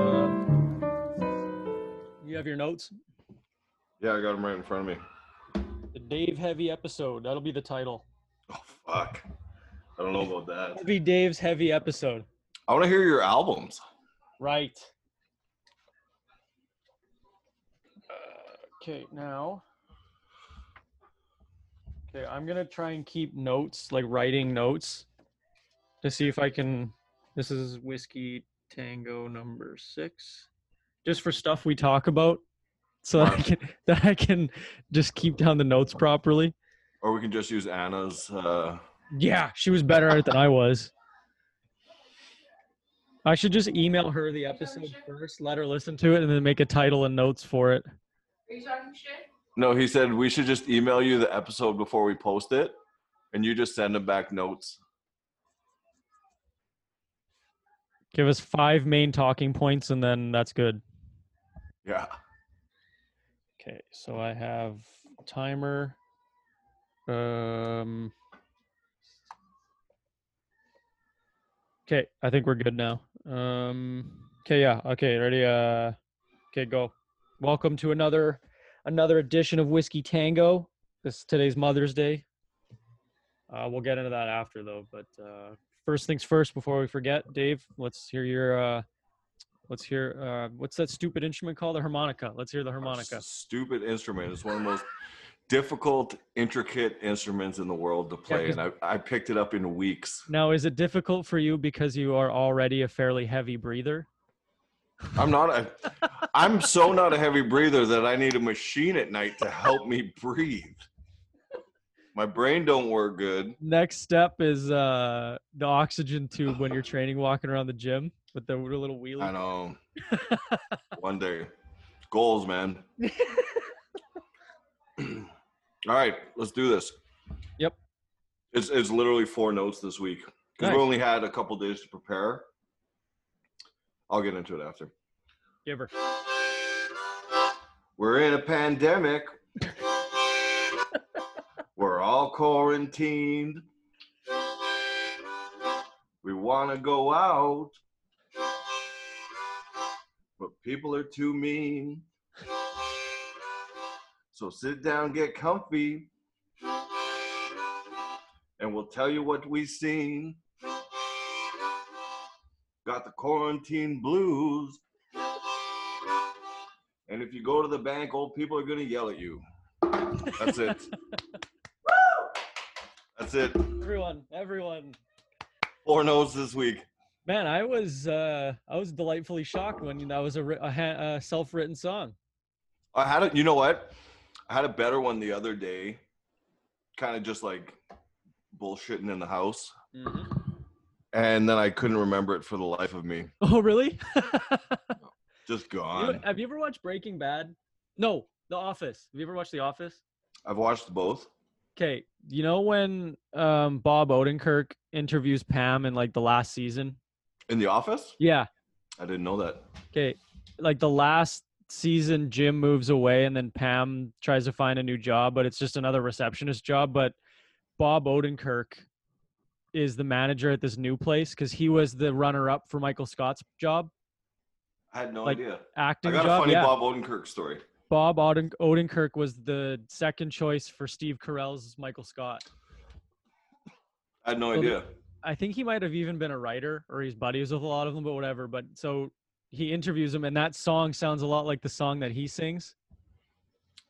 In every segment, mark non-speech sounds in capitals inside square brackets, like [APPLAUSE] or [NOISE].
Um, notes? Yeah, I got them right in front of me. The Dave Heavy episode. That'll be the title. Oh fuck. I don't know about that. Heavy Dave's Heavy episode. I want to hear your albums. Right. Uh, okay, now. Okay, I'm gonna try and keep notes, like writing notes, to see if I can. This is whiskey tango number six, just for stuff we talk about, so that I can [LAUGHS] that I can just keep down the notes properly. Or we can just use Anna's. Uh, Yeah, she was better at it than I was. I should just email her the episode first, let her listen to it, and then make a title and notes for it. Are you talking shit? no, he said we should just email you the episode before we post it, and you just send him back notes. Give us five main talking points, and then that's good. Yeah. Okay, so I have timer. Um. Okay, I think we're good now. Um. Okay, yeah. Okay, ready. Uh. Okay, go. Welcome to another another edition of Whiskey Tango. This today's Mother's Day. Uh, we'll get into that after though. But uh, first things first. Before we forget, Dave, let's hear your. Uh, let's hear. Uh, what's that stupid instrument called? The harmonica. Let's hear the harmonica. S- Stupid instrument. It's one of the most difficult, intricate instruments in the world to play, 'cause- and I, I picked it up in weeks. Now, is it difficult for you because you are already a fairly heavy breather? I'm not a. I'm so not a heavy breather that I need a machine at night to help me breathe. My brain don't work good. Next step is uh, the oxygen tube when you're training, walking around the gym with the little I wheelie. [LAUGHS] know. One day, goals, man. All right, let's do this. Yep. It's it's literally four notes this week because Nice. we only had a couple days to prepare. I'll get into it after. Give her. We're in a pandemic. We're all quarantined. We want to go out. But people are too mean. So sit down, get comfy. And we'll tell you what we seen. Got the quarantine blues. And if you go to the bank, old people are going to yell at you. [LAUGHS] That's it. That's it. Everyone, everyone. Four no's this week. Man, I was uh, I was delightfully shocked when that was a, ri- a, ha- a self-written song. I had a, you know what? I had a better one the other day. Kind of just like bullshitting in the house. Mm-hmm. And then I couldn't remember it for the life of me. Oh, really? Just You- gone. Have you ever watched Breaking Bad? No, The Office. Have you ever watched The Office? I've watched both. Okay, you know when um, Bob Odenkirk interviews Pam in like the last season? In the office? Yeah. I didn't know that. Okay, like the last season, Jim moves away, and then Pam tries to find a new job, but it's just another receptionist job. But Bob Odenkirk is the manager at this new place because he was the runner-up for Michael Scott's job, I had no Like, idea. I acting got a job. funny yeah, Bob Odenkirk story. Bob Oden- Odenkirk was the second choice for Steve Carell's Michael Scott. I had no Well, idea. I think he might have even been a writer or he's buddies with a lot of them, but whatever. But so he interviews him, and that song sounds a lot like the song that he sings.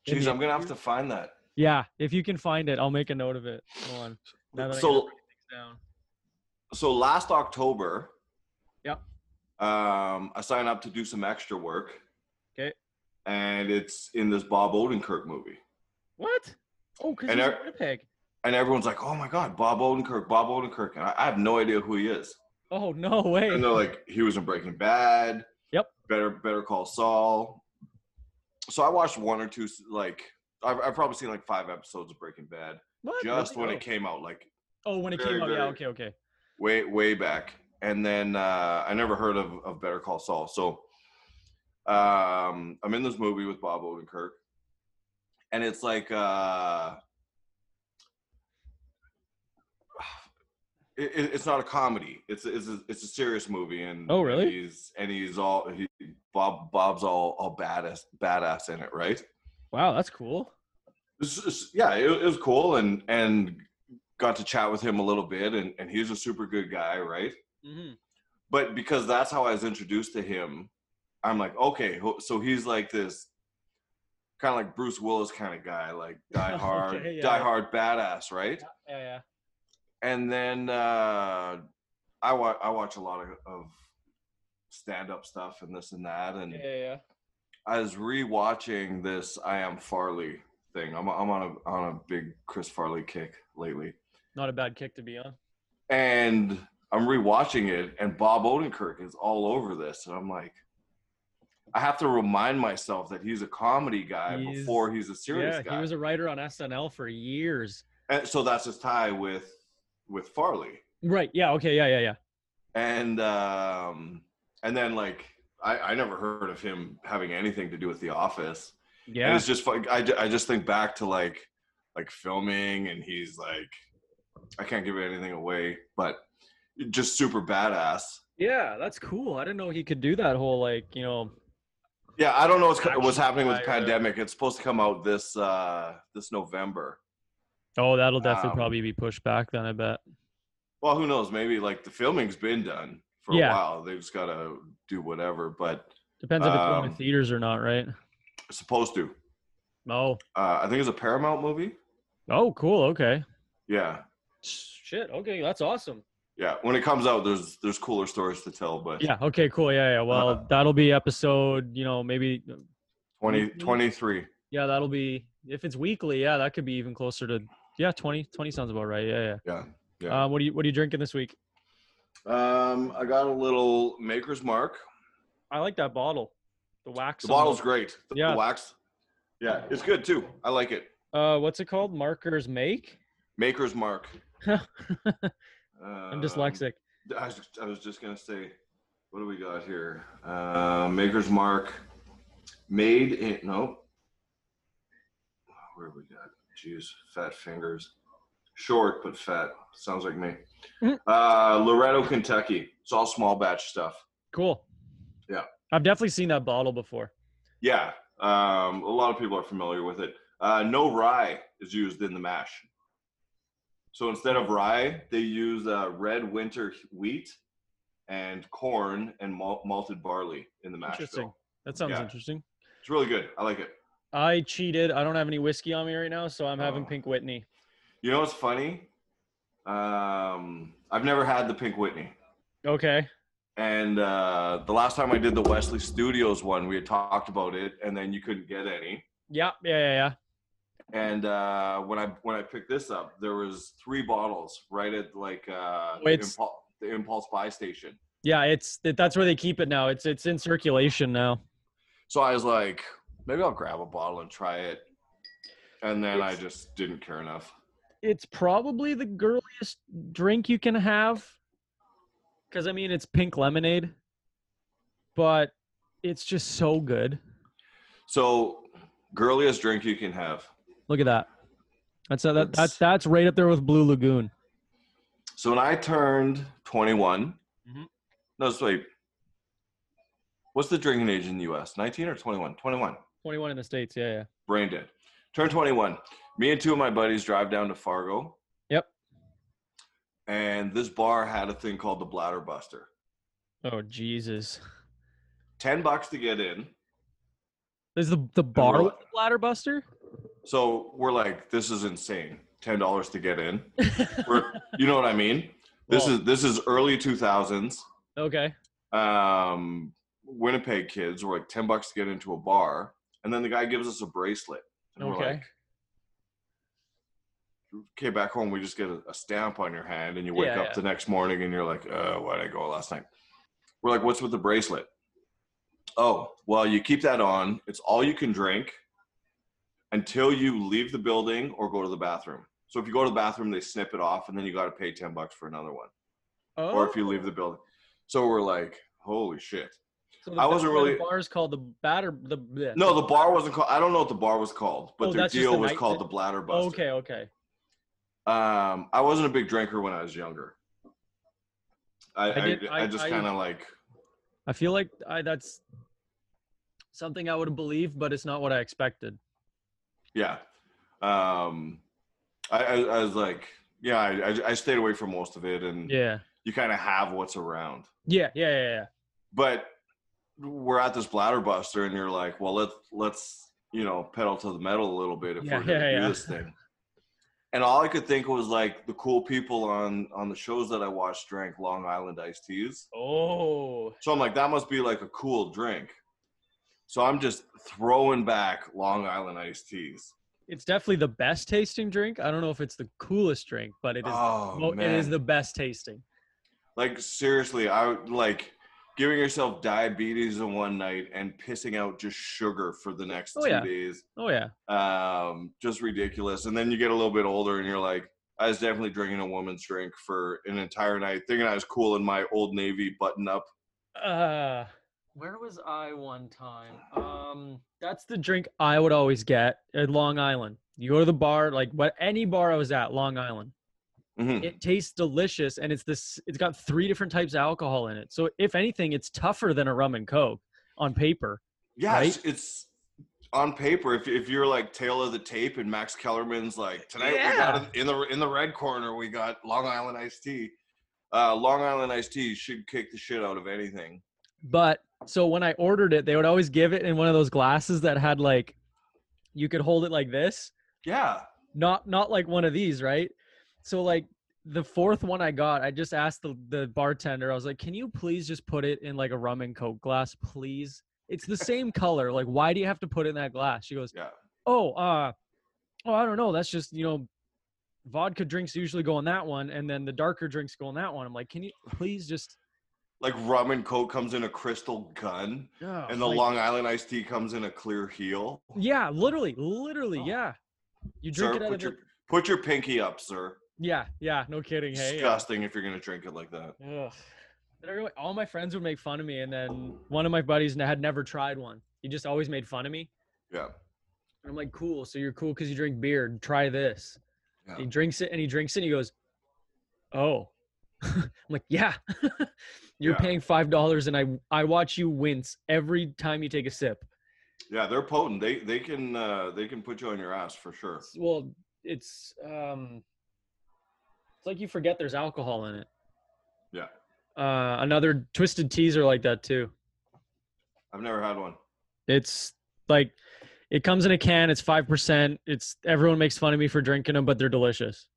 in Jeez, the I'm going to have interview. to find that. Yeah, if you can find it, I'll make a note of it. Hold on. Now that I gotta So write things down. so last October, Yep. Um, I signed up to do some extra work. 'Kay. And it's in this Bob Odenkirk movie, What? Oh, because And he's in I- Winnipeg. and everyone's like, "Oh my God, Bob Odenkirk, Bob Odenkirk," and I, I have no idea who he [LAUGHS] is. Oh no way. And they're like, "He was in Breaking Bad." Yep. Better Better Call Saul. So I watched one or two. s- Like I've, I've probably seen like five episodes of Breaking Bad What? just Really? when Oh. it came out, like Oh, when it very, came out. Yeah. very- Okay. Okay. way way back and then uh, i never heard of, of better call saul so um, i'm in this movie with bob odenkirk and it's like uh, [SIGHS] it, it- it's not a comedy it's a, it's a, it's a serious movie and Oh, really? and he's and he's all he, Bob Bob's all all badass badass in it, right? Wow, that's cool. It's just- yeah, it, it was cool, and and got to chat with him a little bit, and and he's a super good guy, right? Mm-hmm. But because that's how I was introduced to him, I'm like, okay, ho- so he's like this kind of like Bruce Willis kind of guy, like die [LAUGHS] hard, Okay, yeah. die hard badass, right? Yeah, yeah. and then uh, I watch I watch a lot of, of stand up stuff and this and that, and Yeah, yeah. I was rewatching this I Am Farley thing. I'm I'm on a on a big Chris Farley kick lately, Not a bad kick to be on. and I'm rewatching it, and Bob Odenkirk is all over this, and I'm like. I have to remind myself that he's a comedy guy He's- before he's a serious yeah, guy. he was a writer on SNL for years. and so that's his tie with with Farley. Right. Yeah. Okay. Yeah. Yeah. Yeah. and um and then like I, I never heard of him having anything to do with the office and Yeah. it's just fun I, ju- I just think back to like like filming and he's like i can't give anything away but just super badass Yeah. That's cool. I didn't know he could do that whole like you know. yeah i don't know what's, co- what's Action happening with guy, the right. pandemic it's supposed to come out this uh this november Oh, that'll definitely Um, probably be pushed back then. I bet. well who knows maybe like the filming's been done for Yeah. a while they've just gotta do whatever but Depends if it's going um, to theaters or not, right? it's supposed to Oh. uh, i think it's a paramount movie Oh, cool. Okay. yeah Shit. Okay, that's awesome. Yeah, when it comes out, there's there's cooler stories to tell, but Yeah. Okay. Cool. Yeah. Yeah. Well, Uh-huh. that'll be episode. You know, maybe. 20, 23. Yeah, that'll be if it's weekly. Yeah, that could be even closer to. Yeah, 20, 20 sounds about right. Yeah. Yeah. Yeah, yeah. Um, what are you What are you drinking this week? Um, I got a little Maker's Mark. I like that bottle. The wax. The on bottle's great. The, Yeah. the wax. Yeah, it's good too. I like it. Uh, what's it called? Markers make. Maker's Mark. [LAUGHS] I'm Um, I'm dyslexic. I was, I was just gonna say, what do we got here? Uh, Maker's Mark, made in no. Where we got? Jeez, fat fingers, short but fat. Sounds like me. Uh, Loretto, Kentucky. It's all small batch stuff. Cool. Yeah. I've definitely seen that bottle before. Yeah, um, a lot of people are familiar with it. Uh, no rye is used in the mash. So instead of rye, they use uh, red winter wheat and corn and mal- malted barley in the mash. bill. Interesting. That sounds Yeah. interesting. It's really good. I like it. I cheated. I don't have any whiskey on me right now, so I'm having Oh. Pink Whitney. You know what's funny? Um, I've never had the Pink Whitney. Okay. And uh, the last time I did the Wesley Studios one, we had talked about it, and then you couldn't get any. Yeah. Yeah. Yeah. yeah. And uh, when I when I picked this up, there was three bottles right at like uh, the, It's- impulse, the impulse buy station. Yeah, it's that- that's where they keep it now. It's it's in circulation now. So I was like, maybe I'll grab a bottle and try it. And then I It's- just didn't care enough. It's probably the girliest drink you can have. Cuz I mean, it's pink lemonade, but it's just so good. So, girliest drink you can have. Look at that. That's a, that, that's That's- that's right up there with Blue Lagoon. So when I turned 21, Mhm. no, so wait, what's the drinking age in the U.S.? 19 or 21? 21. 21 in the states. Yeah, yeah. Brain dead. Turned 21. Me and two of my buddies drive down to Fargo. Yep. And this bar had a thing called the Bladder Buster. Oh Jesus. 10 bucks to get in. There's the the bar we're- with the bladder buster? So we're like, this is insane. $10 to [LAUGHS] get in. We're, you know what I mean? This Well, is this is early 2000s. Oh, Okay. um, Winnipeg kids were like 10 bucks to get into a bar. And then the guy gives us a bracelet. And we're Okay. like, okay, back home, we just get a, a stamp on your hand and you wake Yeah, up yeah. the next morning and you're like, uh, why did I go last night? We're like, what's with the bracelet? Oh, well, you keep that on. It's all you can drink until you leave the building or go to the bathroom. So if you go to the bathroom, they snip it off and then you got to pay 10 bucks for another one. Oh. Or if you leave the building. So we're like, holy shit. Oh, so I wasn't the really- bar's called the batter the bleh. No, the bar wasn't called. I don't know what the bar was called, but Oh, their that's just deal the was night called that- the Bladder Buster. Okay, okay. Um, I wasn't a big drinker when I was younger. I I I, did- I, I- just I- kind of like I feel like I that's something I would have believed, but it's not what I expected. Yeah. Um, I, I, I was like, yeah, I, I- I stayed away from most of it, and Yeah. you kind of have what's around. Yeah. Yeah. Yeah. yeah. But we're at this bladder buster, and you're like, well, let's let's you know pedal to the metal a little bit if Yeah, we're gonna yeah, do yeah. this thing. And all I could think was like the cool people on on the shows that I watched drank Long Island iced teas. Oh. So I'm like, that must be like a cool drink. So I'm just throwing back Long Island iced teas. It's definitely the best tasting drink. I don't know if it's the coolest drink, but it is. oh mo- man, it is the best tasting. like seriously, I would like giving yourself diabetes in one night and pissing out just sugar for the next two Oh, yeah. days. Oh yeah. Um, just ridiculous. And then you get a little bit older and you're like, I was definitely drinking a woman's drink for an entire night, thinking I was cool in my old navy button up. Uh, where was I one time? Um, that's the drink I would always get at Long Island. You go to the bar, like what any bar I was at, Long Island. Mhm. [CLEARS THROAT] It tastes delicious, and it's this. It's got three different types of alcohol in it. So if anything, it's tougher than a rum and coke on paper. Yeah, it's, it's on paper. If, if you're like tail of the tape and Max Kellerman's like tonight we got in the in the red corner we got Long Island iced tea. Uh, Long Island iced tea should kick the shit out of anything. But so when I ordered it, they would always give it in one of those glasses that had like, you could hold it like this, Yeah, not not like one of these right so like the fourth one i got i just asked the, the bartender i was like can you please just put it in like a rum and coke glass please it's the same color like why do you have to put it in that glass she goes Yeah. oh uh oh i don't know that's just you know vodka drinks usually go on that one and then the darker drinks go on that one i'm like can you please just like rum and coke comes in a crystal gun, oh, and the like- Long Island iced tea comes in a clear heel. yeah literally literally Oh. yeah you drink sir, it out put of your your- put your pinky up, sir. yeah yeah no kidding hey yeah. Disgusting if you're gonna drink it like that. Ugh. And everyone, all my friends would make fun of me, and then one of my buddies n- had never tried one. He just always made fun of me. Yeah, And I'm like, cool. So you're cool because you drink beer. Try this. Yeah. He drinks it and he drinks it and he goes, oh. [LAUGHS] I'm like, yeah. [LAUGHS] you're Yeah. paying five dollars, and I I watch you wince every time you take a sip. yeah, they're potent. They they can uh, they can put you on your ass for sure. It's- well, it's um, it's like you forget there's alcohol in it. Yeah. Uh, another twisted teas are like that too. I've never had one. It's like it comes in a can. It's five percent. It's everyone makes fun of me for drinking them, but they're delicious.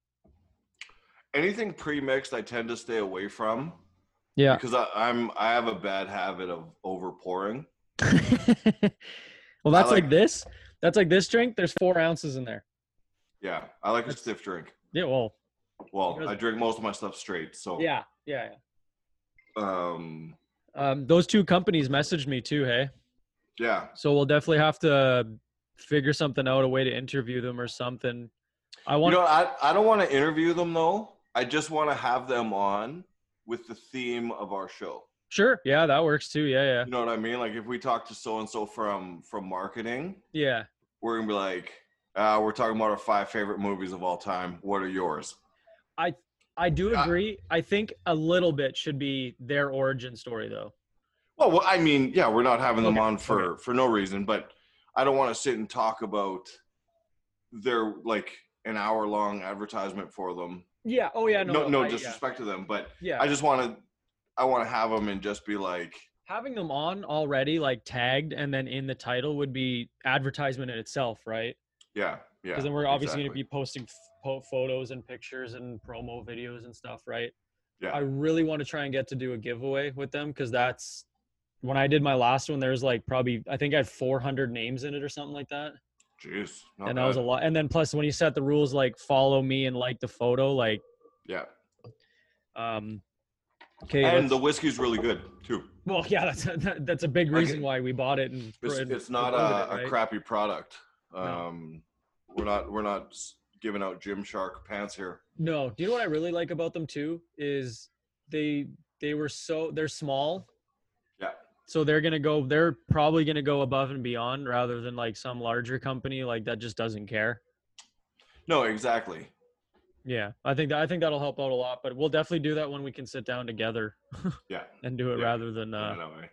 anything pre-mixed i tend to stay away from [LAUGHS] Yeah. because I, i'm i have a bad habit of over pouring well, that's like- like, this. That's like this drink. There's four ounces in there. yeah i like a That's- stiff drink Yeah. Well. well Because- i drink most of my stuff straight so Yeah. Yeah. um yeah. Um, those two companies messaged me too. Hey. yeah So we'll definitely have to figure something out, a way to interview them or something. I you want. know i, I don't want to interview them though i just want to have them on with the theme of our show sure. Yeah, that works too. Yeah. Yeah. you know what i mean like if we talk to so and so from from marketing Yeah. we're gonna be like uh, we're talking about our five favorite movies of all time what are yours I do I- agree. I think a little bit should be their origin story though. Well, well, I mean, yeah, we're not having them Okay, on for for no reason, but I don't want to sit and talk about their like an hour long advertisement for them. Yeah. Oh yeah. No. no, no I- yeah. disrespect to them, but Yeah. I just want to I want to have them and just be like, Having them on already, like tagged and then in the title would be advertisement in itself, right? yeah, yeah. Because then we're obviously going to be posting f- po- photos and pictures and promo videos and stuff, right? Yeah. I really want to try and get to do a giveaway with them because that's when I did my last one. There's like probably I think I had 400 names in it or something like that, be. Jeez, not and that was a bad. lot. And then plus when you set the rules like follow me and like the photo, like yeah. um, okay, and let's- the whiskey's really good too. [LAUGHS] well yeah, that's that, that's a big Like, reason why we bought it and It's, and it's not promoted a, it, a right? crappy product. No. Um, We're not we're not s- giving out Gym Shark pants here. No. Do you know what I really like about them too? Is they they were so they're small. Yeah. So they're gonna go. They're probably gonna go above and beyond rather than like some larger company like that just doesn't care. No, exactly. Yeah, I think that I think that'll help out a lot. But we'll definitely do that when we can sit down together Yeah. [LAUGHS] and do it Yeah. rather than I uh, know, eh?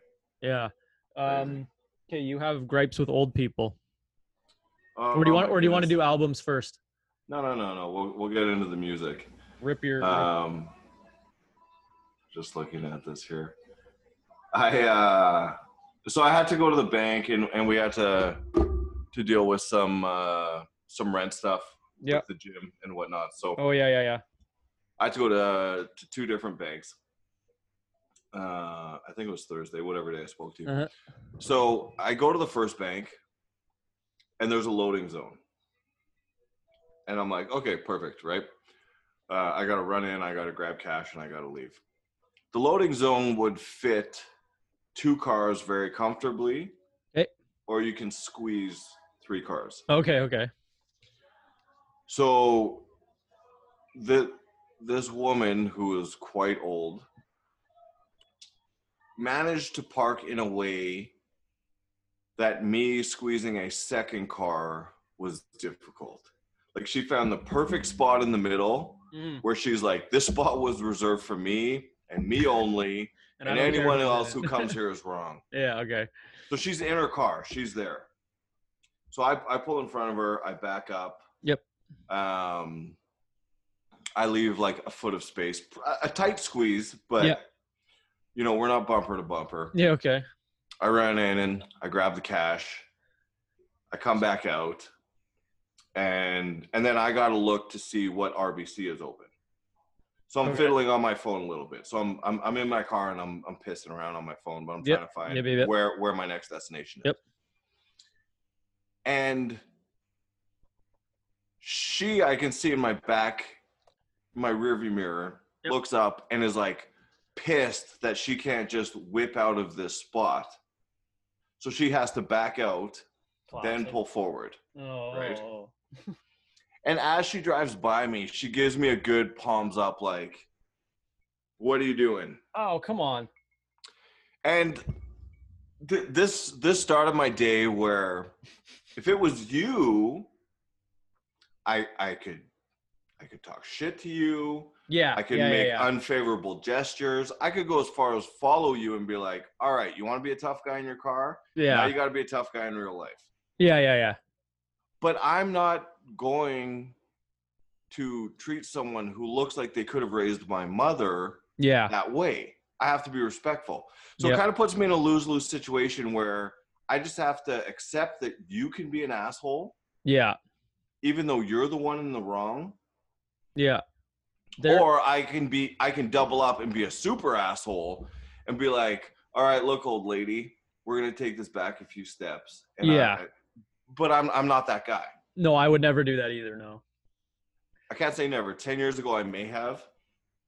yeah. Um, Okay, you have gripes with old people. Oh, Or do you want my or do you want to do goodness. albums first? No, no, no, no. We'll we'll get into the music. Rip your Um, just looking at this here. I uh, so I had to go to the bank and and we had to to deal with some uh some rent stuff Yeah. with the gym and whatnot. So Oh yeah, yeah, yeah. I had to go to, to two different banks. Uh, I think it was Thursday, whatever day I spoke to. you. Uh-huh. So I go to the first bank, and there's a loading zone, and I'm like, okay, perfect, right? Uh, I gotta run in, I gotta grab cash, and I gotta leave. The loading zone would fit two cars very comfortably, Okay. or you can squeeze three cars. Okay, okay. So the this woman who is quite old managed to park in a way that me squeezing a second car was difficult. Like she found the perfect spot in the middle Mm. where she's like, this spot was reserved for me and me only, and, I don't care anyone who's in else it. who [LAUGHS] comes here is wrong. yeah, okay. So she's in her car. She's there. So I, I pull in front of her. I back up. Yep. Um, I leave like a foot of space, a, a tight squeeze, but Yeah. you know we're not bumper to bumper. Yeah, okay. I ran in and I grabbed the cash. I come back out, and and then I got to look to see what RBC is open. So I'm Okay. fiddling on my phone a little bit. So I'm I'm, I'm in my car and I'm I'm pissing around on my phone, but I'm Yep. trying to find Yep, yep, yep. where where my next destination is. Yep. And she, I can see in my back, my rearview mirror, Yep. looks up and is like pissed that she can't just whip out of this spot. So she has to back out, then pull forward. Oh. right. And as she drives by me, she gives me a good palms up, like, "What are you doing?" Oh, come on. And th- this this started my day where, if it was you, I I could I could talk shit to you. Yeah. I could yeah, make yeah, yeah. unfavorable gestures. I could go as far as follow you and be like, "All right, you want to be a tough guy in your car? Now yeah. you got to be a tough guy in real life." yeah, yeah, yeah. But I'm not going to treat someone who looks like they could have raised my mother [LAUGHS] Yeah. that way. I have to be respectful. So Yep. it kind of puts me in a lose lose situation where I just have to accept that you can be an asshole, Yeah. even though you're the one in the wrong. Yeah. There- or I can be, I can double up and be a super asshole and be like, all right, look, old lady, we're going to take this back a few steps. And I- Yeah. but I'm, I'm not that guy. no, I would never do that either, no. I can't say never. 10 years ago, I may have,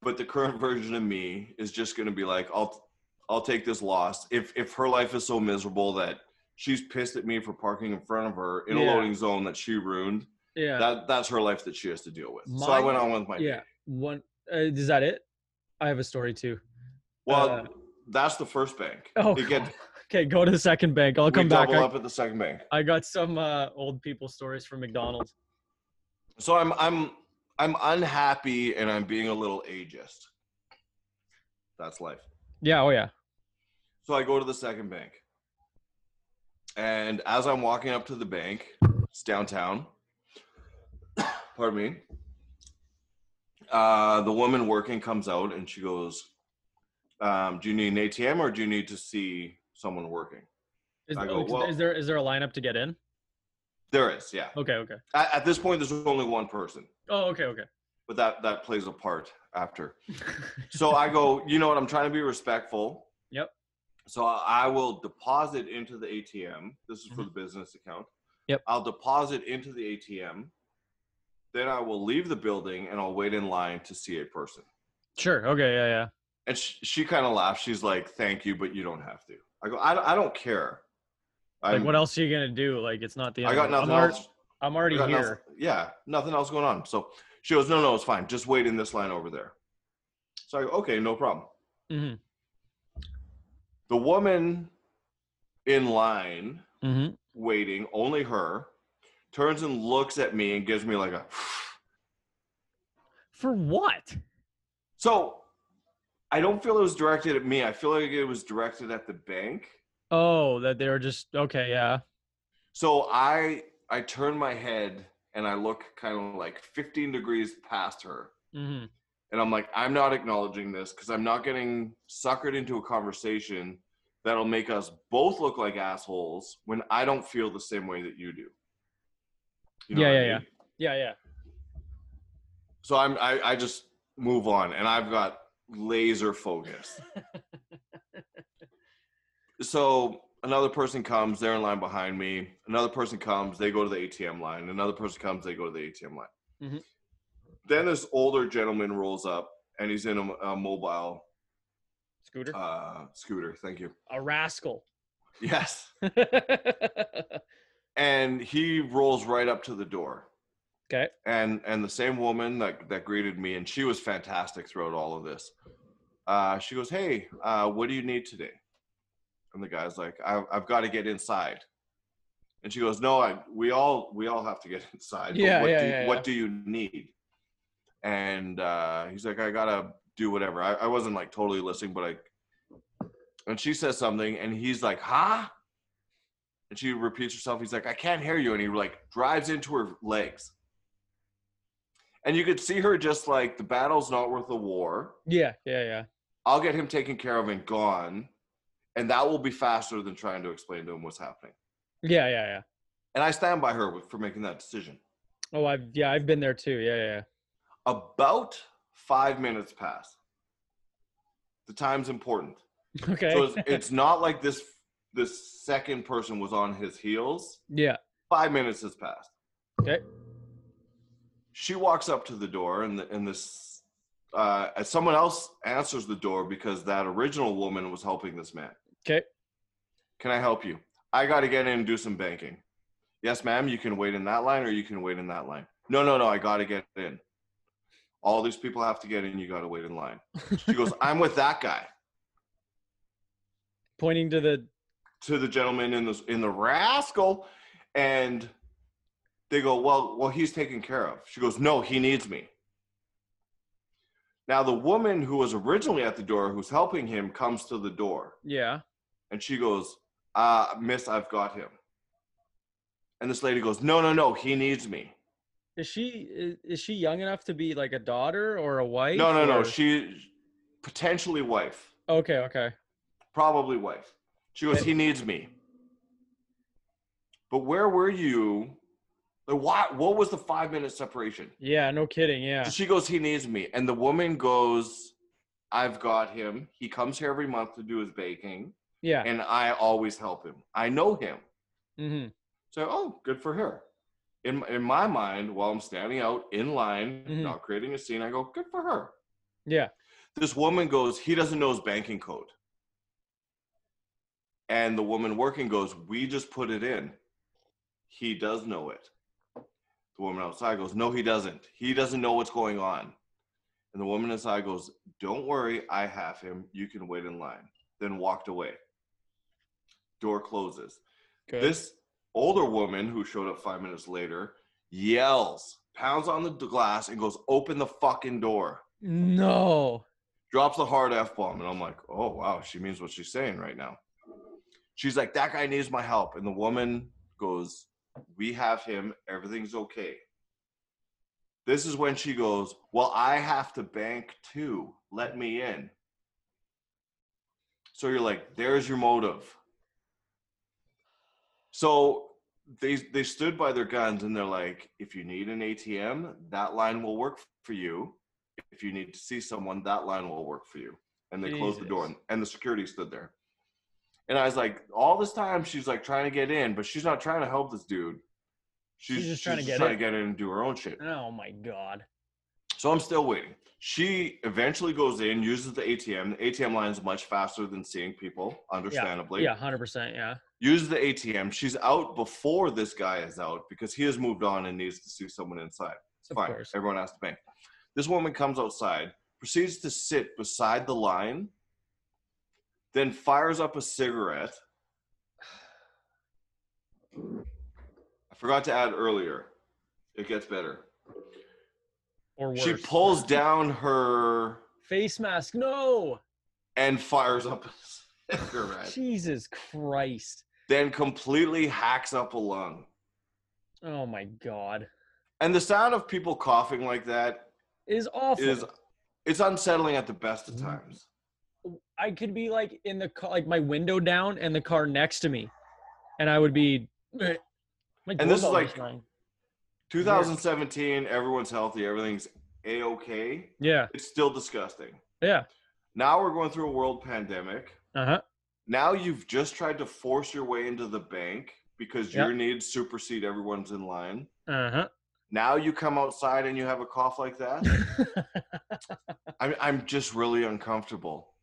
but the current version of me is just going to be like, I'll, I'll take this loss. If, if her life is so miserable that she's pissed at me for parking in front of her in Yeah. a loading zone that she ruined, Yeah. that, that's her life that she has to deal with. so I Mine- went on with my yeah. day. One uh, is that it? I have a story too. Well, Uh, that's the first bank. Oh, It get- okay, go to the second bank. [LAUGHS] I'll come we back. double I, up at the second bank. I got some uh, old people stories from McDonald's. So I'm, I'm, I'm unhappy and I'm being a little ageist. That's life. Yeah, oh yeah. So I go to the second bank. And as I'm walking up to the bank, it's downtown. [COUGHS] Pardon me. Uh, the woman working comes out and she goes, um, Do you need an ATM or do you need to see someone working? Is, I go, oh, "Whoa." is there is there a lineup to get in? There is, yeah. Okay, okay. At, at this point, there's only one person, Oh, okay, okay. [LAUGHS] but that, that plays a part after. so I go, You know what? I'm trying to be respectful. Yep. So I will deposit into the ATM. This is for the business account. Mm-hmm. Yep. I'll deposit into the ATM. Then I will leave the building and I'll wait in line to see a person. sure. Okay, yeah, yeah. And she, she kind of laughs. She's like, "Thank you, but you don't have to." I go, "I, don't- I don't care. Like I'm- what else are you gonna do? Like it's not the end. I got of the- I'm nothing alre- else. I'm I already got nothing- here. yeah, nothing else going on." So she goes, "No, no, it's fine. Just wait in this line over there." So I go, "Okay, no problem." Mm-hmm. The woman in line Mm-hmm. waiting, only her, turns and looks at me and gives me like a. [SIGHS] For what? So I don't feel it was directed at me. I feel like it was directed at the bank. Oh, that they were just okay. Yeah. So I I turn my head and I look kind of like 15 degrees past her. Mm-hmm. And I'm like, I'm not acknowledging this because I'm not getting suckered into a conversation that'll make us both look like assholes when I don't feel the same way that you do. You know Yeah, what I yeah, mean? Yeah, yeah. So I'm I, I just move on and I've got laser focus. so another person comes, they're in line behind me. Another person comes, they go to the ATM line. Another person comes, they go to the ATM line. Mhm. Then this older gentleman rolls up and he's in a, a mobile Scooter, uh, scooter. Thank you. a rascal. [LAUGHS] Yes. okay. and he rolls right up to the door and and the same woman that, that greeted me and she was fantastic throughout all of this uh, she goes hey uh, what do you need today and the guy's like I, i've got to get inside and she goes no I, we all we all have to get [LAUGHS] inside but Yeah, what, yeah, do, yeah, yeah. what do you need and uh, he's like i gotta do whatever I, I wasn't like totally listening but i and she says something and he's like huh and she repeats herself he's like i can't hear you and he like drives into her legs and you could see her just like the battle's not worth the war Yeah, yeah, yeah. i'll get him taken care of and gone and that will be faster than trying to explain to him what's happening Yeah, yeah, yeah. and i stand by her with- for making that decision Oh, I've yeah, I've been there too. Yeah, yeah, yeah. about five minutes pass the time's important Okay. so it's, it's not like this this second person was on his heels yeah. Five minutes has passed. Okay. She walks up to the door, and the, and this uh, as someone else answers the door because that original woman was helping this man. Okay. Can I help you? I got to get in and do some banking. Yes, ma'am. You can wait in that line, or you can wait in that line. No, no, no. I got to get in. All these people have to get in. You got to wait in line. She goes, [LAUGHS] "I'm with that guy." Pointing to the to the gentleman in the in the rascal, and they go, "Well, well, he's taken care of." She goes, "No, he needs me." Now the woman who was originally at the door, who's helping him, comes to the door, yeah. and she goes, uh, "Miss, I've got him." And this lady goes, "No, no, no, he needs me." Is she is, is she young enough to be like a daughter or a wife? No, no, no. or- She potentially wife, okay, okay. probably wife. She goes, Okay. "He needs me." But where were you? Like, why? What was the five minute separation? Yeah, no kidding. So Yeah. She goes, he needs me. And the woman goes, I've got him. He comes here every month to do his baking, Yeah. and I always help him. I know him. Mm-hmm. So, oh, good for her. In, in my mind, while I'm standing out in line, Mhm. not creating a scene, I go, good for her. Yeah. This woman goes, he doesn't know his banking code. And the woman working goes, we just put it in. He does know it. The woman outside goes, no, he doesn't. He doesn't know what's going on. And the woman inside goes, don't worry, I have him. You can wait in line. Then walked away. Door closes. Good. This older woman who showed up five minutes later yells, pounds on the glass, and goes, open the fucking door no. drops the hard F bomb. And I'm like, oh, wow, she means what she's saying right now. She's like, that guy needs my help. And the woman goes, we have him. Everything's okay. This is when she goes, well, I have to bank too. Let me in. So you're like, there's your motive. So they they stood by their guns and they're like, if you need an ATM, that line will work for you. If you need to see someone, that line will work for you. And they closed the door Jesus. and, and the security stood there. And I was like, all this time she's like trying to get in, but she's not trying to help this dude. She's, just trying, to, get in. in and do her own shit. Oh my god. So I'm still waiting. She eventually goes in, uses the ATM. The ATM line is much faster than seeing people, understandably. Yeah, hundred percent. Yeah. Uses the ATM. She's out before this guy is out because he has moved on and needs to see someone inside. It's Of fine. course. Everyone has to bank. This woman comes outside, proceeds to sit beside the line, then fires up a cigarette. I forgot to add earlier. It gets better. Or worse. She pulls down her face mask. No. and fires up [LAUGHS] You're right. Jesus Christ. Then completely hacks up a lung. Oh my God. And the sound of people coughing like that It is awful. Mm-hmm. is it's unsettling at the best of times. I could be like in the car, like my window down and the car next to me, and I would be. [SNIFFS] My And this is doorbell like- just rang. 2017, everyone's healthy, everything's a okay. Yeah. It's still disgusting. Yeah. Now we're going through a world pandemic. Uh huh. Now you've just tried to force your way into the bank because Yeah. your needs supersede everyone's in line. Uh Now you come outside and you have a cough like that. [LAUGHS] huh. I'm, I'm just really uncomfortable.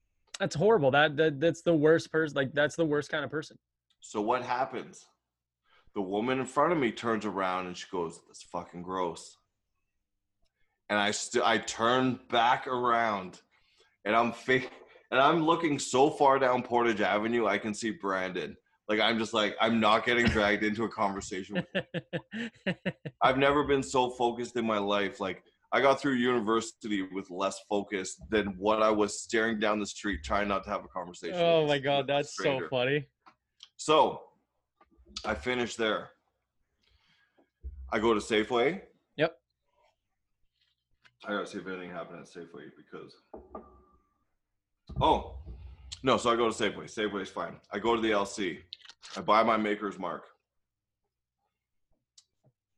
that's horrible. That, that that's the worst person. Like that's the worst kind of person. So what happens? The woman in front of me turns around and she goes, "That's fucking gross." And I still I turn back around, and I'm [LAUGHS] fa- and I'm looking so far down Portage Avenue I can see Brandon. Like I'm just like I'm not getting dragged into a conversation. [LAUGHS] with- I've never been so focused in my life. Like I got through university with less focus than what I was staring down the street trying not to have a conversation. oh with my a God, that's so stranger. funny. So I finish there. I go to Safeway. Yep. I gotta see if anything happened at Safeway because. Oh, no. So I go to Safeway. Safeway's fine. I go to the LC. I buy my Maker's Mark.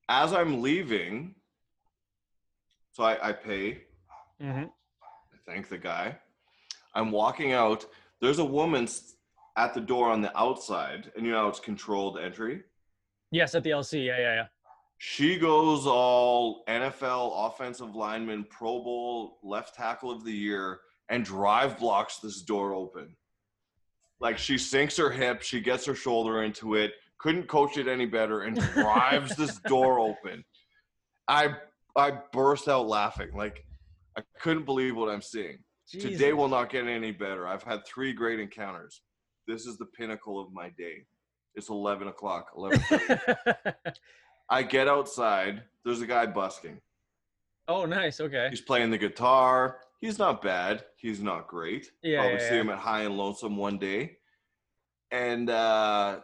As I'm leaving, so I, I pay. Mm-hmm. hmm I thank the guy. I'm walking out. There's a woman s- at the door on the outside, and you know how it's controlled entry. Yes, at the LC. Yeah, yeah, yeah. She goes all NFL offensive lineman, Pro Bowl left tackle of the year, and drive blocks this door open. Like she sinks her hip, she gets her shoulder into it, couldn't coach it any better, and drives this door open. I I burst out laughing. Like I couldn't believe what I'm seeing. Today Jesus. will not get any better. I've had three great encounters. This is the pinnacle of my day. It's eleven o'clock. Eleven. [LAUGHS] I get outside. There's a guy busking. oh, nice. Okay. He's playing the guitar. He's not bad. He's not great. Yeah, Probably yeah, see yeah. him at High and Lonesome one day. And uh,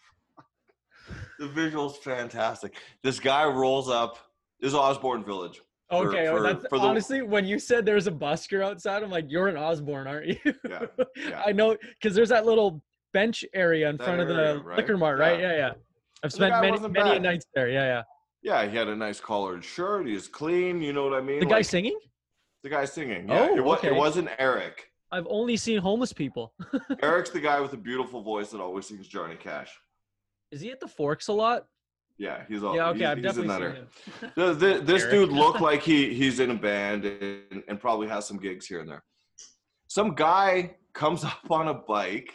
[LAUGHS] the visual's fantastic. This guy rolls up. This is Osborne Village. for- Okay. oh, for- that's, for the- honestly, when you said there's a busker outside, I'm like, you're an Osborne, aren't you? [LAUGHS] Yeah, yeah. I know because there's that little bench area in That front area, of the right? liquor mart, right? Yeah. Yeah, yeah. I've the spent guy many wasn't many a bad. nights there. Yeah, yeah. Yeah, he had a nice collared shirt. He was clean. You know what I mean? The guy Like, singing? The guy singing. Yeah. Oh, it, was, okay. it wasn't [LAUGHS] Eric. I've only seen homeless people. [LAUGHS] Eric's the guy with the beautiful voice that always sings Johnny Cash. Is he at the Forks a lot? Yeah, he's all. yeah, okay, he's, I've Oh, he's definitely in that seen area. him. Th- th- this Eric. [LAUGHS] dude looked like he he's in a band and, and probably has some gigs here and there. Some guy comes [LAUGHS] up on a bike,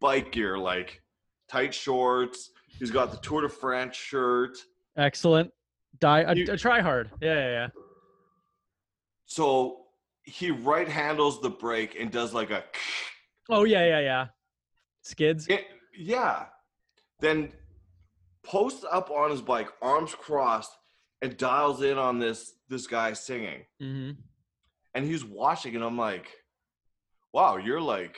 bike gear, like tight shorts. He's got the Tour de France shirt. Excellent. Die a, You- a try hard. Yeah, yeah, yeah. So he right handles the brake and does like a. Oh yeah, yeah, yeah. Skids. It, yeah. Then posts up on his bike, arms crossed, and dials in on this this guy singing. hmm and he's watching and i'm like wow you're like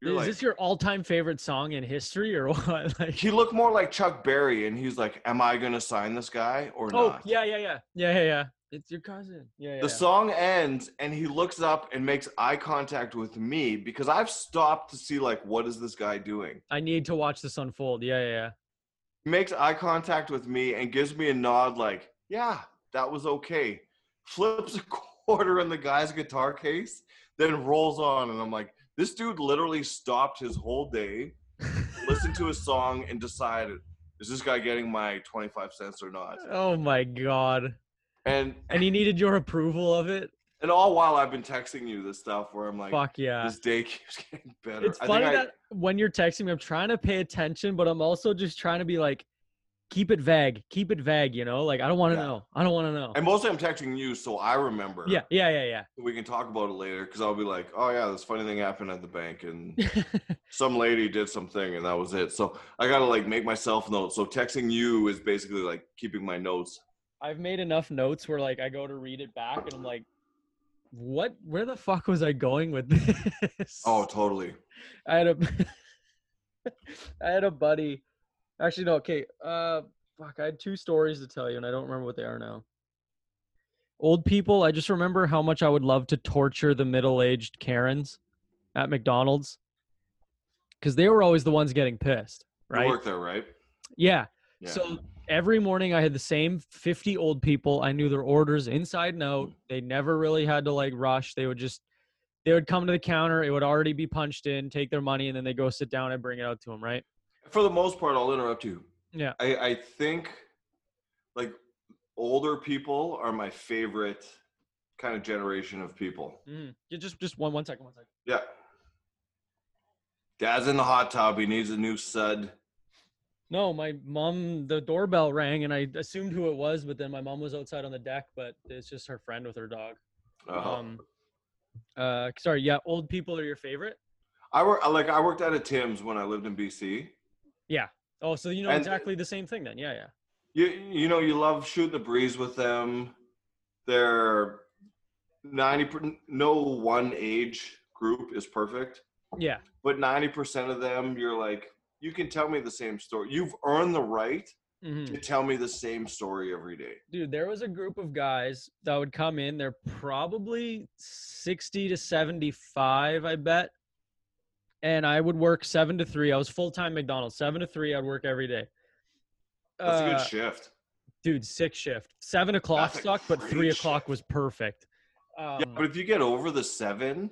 you're Is like this your all-time favorite song in history or [LAUGHS] what? Like, he looked more like chuck berry and he's like am i gonna sign this guy or oh not yeah, yeah, yeah, yeah, yeah, yeah. It's your cousin. Yeah, yeah. the yeah. song ends and he looks up and makes eye contact with me because i've stopped to see like what is this guy doing I need to watch this unfold. Yeah, yeah, yeah. he makes eye contact with me and gives me a nod like yeah that was okay flips [LAUGHS] a quarter in the guy's guitar case then rolls on and i'm like this dude literally stopped his [LAUGHS] whole day listened to a song and decided is this guy getting my 25 cents or not Oh my god. and And he needed your approval of it. and all while i've been texting you this stuff where i'm like Fuck yeah. this day keeps [LAUGHS] getting better It's funny that when you're texting me, I'm trying to pay attention, but I'm also just trying to be like, keep it vague, keep it vague, you know? Like, I don't want to Yeah. know. I don't want to know. and mostly i'm texting you so i remember yeah, yeah, yeah, we can talk about it later because i'll be like oh yeah this funny thing happened at the bank and yeah. [LAUGHS] some lady did something and that was it so i gotta like make myself notes so texting you is basically like keeping my notes I've made enough notes where like I go to read it back and I'm like, what? Where the fuck was I going with [LAUGHS] this? Oh, totally. I had a [LAUGHS] I had a buddy. Actually, no. Okay. Uh, fuck. I had two stories to tell you, and I don't remember what they are now. Old people. I just remember how much I would love to torture the middle-aged Karens at McDonald's because they were always the ones getting pissed, You right? work there, right? Yeah. Yeah. So every morning I had the same 50 old people. I knew their orders inside and Mm. out. They never really had to like rush. They would just, they would come to the counter. It would already be punched in, take their money, and then they go sit down and bring it out to them, right? For the most part, I'll interrupt you. Yeah. I, I think like older people are my favorite kind of generation of people. Mm. Yeah, just, just one, one second, one second. Yeah. Dad's in the hot tub. He needs a new sud. No, my mom, the doorbell rang and I assumed who it was, but then my mom was outside on the deck, but it's just her friend with her dog. Uh, Um, uh, sorry. Yeah. Old people are your favorite. I work like I worked at a Tim's when I lived in BC. Oh, so you know And- exactly the same thing then. Yeah. Yeah. You you know you love shooting the breeze with them. They're ninety per- no one age group is perfect, Yeah. but ninety percent of them you're like you can tell me the same story. You've earned the right Mm-hmm. to tell me the same story every day. dude there was a group of guys that would come in they're probably 60 to 75 i bet and i would work seven to three i was full-time mcdonald's seven to three i'd work every day That's a Uh, good shift. dude six shift seven o'clock That's a sucked but great three o'clock shift. was perfect um, yeah, but if you get over the seven,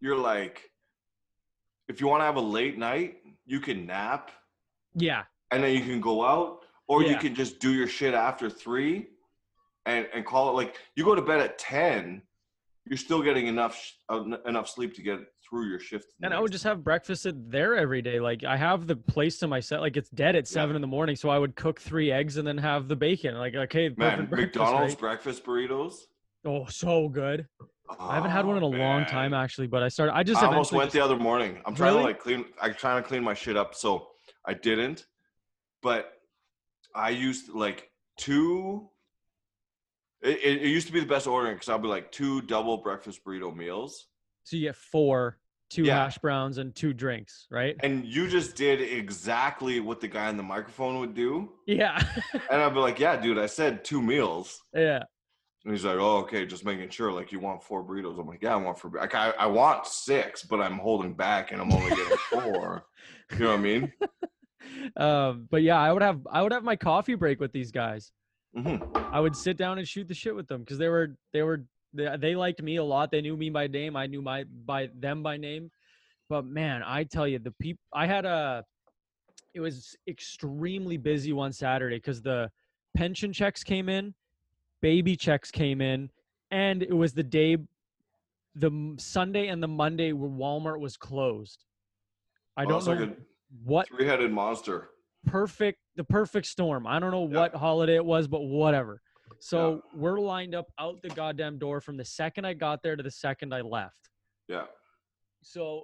you're like, if you want to have a late night, you can nap yeah and then you can go out, or you Yeah. can just do your shit after three, and and call it like you go to bed at ten, you're still getting enough sh- en- enough sleep to get through your shift. the and i would next- just have breakfast at there every day like i have the place to myself like it's dead at Yeah. seven in the morning so i would cook three eggs and then have the bacon like okay man perfect breakfast, McDonald's right? breakfast burritos. oh so good I haven't had one in a Oh, long man. time actually, but I started. I just I almost eventually went the other morning. I'm trying Really? to like clean. I'm trying to clean my shit up, so I didn't. But I used like two. It, it, it used to be the best ordering because I'll be like two double breakfast burrito meals, just- so you get four, two Yeah. hash browns and two drinks, right? [LAUGHS] and you just did exactly what the guy in the microphone would do. Yeah, [LAUGHS] And I'd be like, "Yeah, dude, I said two meals." yeah, And he's like, "Oh, okay, just making sure. Like, you want four burritos?" I'm like, "Yeah, I want four. bur- Like, I, I want six, but I'm holding back, and I'm only [LAUGHS] getting four. You know what I mean?" um, but yeah, I would have I would have my coffee break with these guys. hmm I would sit down and shoot the shit with them because they were they were they, they liked me a lot. They knew me by name. I knew my by them by name. But man, I tell you, the people I had a it was extremely busy one Saturday because the pension checks came in, baby checks came in, and it was the day the m- Sunday and the Monday where Walmart was closed. I Well, don't it's know like a- what Three-headed monster. perfect the perfect storm. I don't know Yeah. what holiday it was, but whatever. So we're lined up out the goddamn door from the second I got there to the second I left. Yeah. So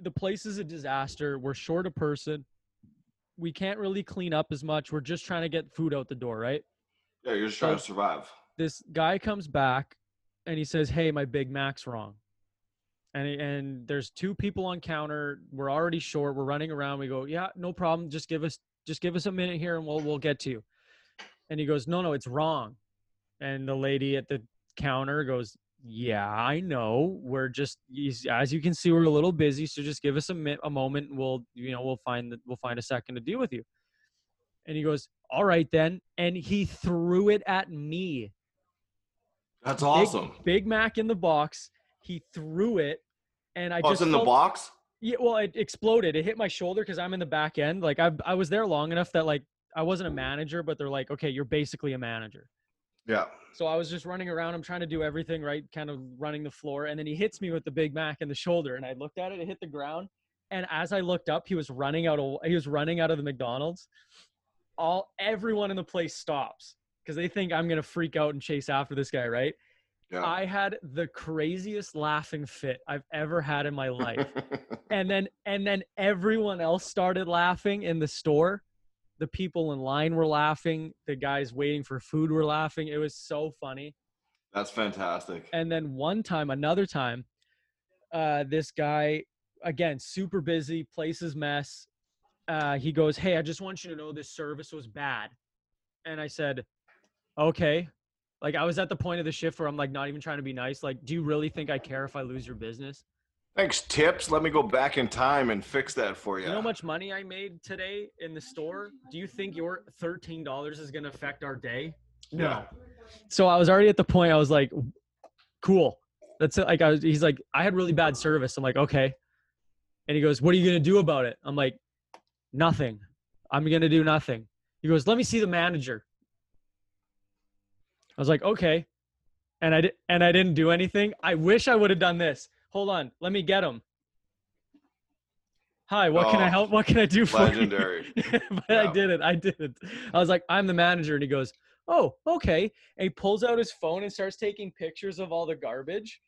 the place is a disaster. We're short a person. We can't really clean up as much. We're just trying to get food out the door, right? Yeah, you're just trying to So- survive. This guy comes back and he says, "Hey, my Big Mac's wrong." And he- and there's two people on counter. We're already short. We're running around. We go, "Yeah, no problem. Just give us just give us a minute here and we'll we'll get to you." And he goes, "No, no, it's wrong." And the lady at the counter goes, "Yeah, I know. We're just he's- as you can see, we're a little busy. So just give us a mi- a moment. And we'll you know we'll find the, we'll find a second to deal with you." And he goes, "All right then." And he threw it at me. That's awesome. Big Mac in the box. He threw it, and I oh, just it's in the felt- box. Yeah, well, it exploded. It hit my shoulder because I'm in the back end. Like I, I was there long enough that like I wasn't a manager, but they're like, okay, you're basically a manager. Yeah. So I was just running around. I'm trying to do everything right, kind of running the floor, and then he hits me with the Big Mac in the shoulder, and I looked at it. It hit the ground, and as I looked up, he was running out of he was running out of the McDonald's. All everyone in the place stops because they think I'm gonna freak out and chase after this guy, right? Yeah. [LAUGHS] I had the craziest laughing fit I've ever had in my [LAUGHS] life. and then and then everyone else started laughing in the store. The people in line were laughing, the guys waiting for food were laughing. It was so funny. That's fantastic. And then one time, another time, uh, this guy, again, super busy, places mess. Uh, he goes, Hey, I just want you to know this service was bad. And I said, Okay. Like, I was at the point of the shift where I'm like, not even trying to be nice. Like, do you really think I care if I lose your business? Thanks, tips. Let me go back in time and fix that for you. You know how much money I made today in the store? Do you think your $13 is going to affect our day? No. Yeah. So I was already at the point I was like, cool. That's it. Like I was, he's like, I had really bad service. I'm like, okay. And he goes, what are you gonna do about it? I'm like, nothing. I'm gonna do nothing. He goes, let me see the manager. I was like, okay. And I did, and I didn't do anything. I wish I would have done this. Hold on, let me get him. Hi, what can I Oh, help? What can I do [LAUGHS] for you? Legendary. [LAUGHS] but I Yeah. did it. I did it. I was like, I'm the manager. And he goes, Oh, okay. And he pulls out his phone and starts taking pictures of all the garbage.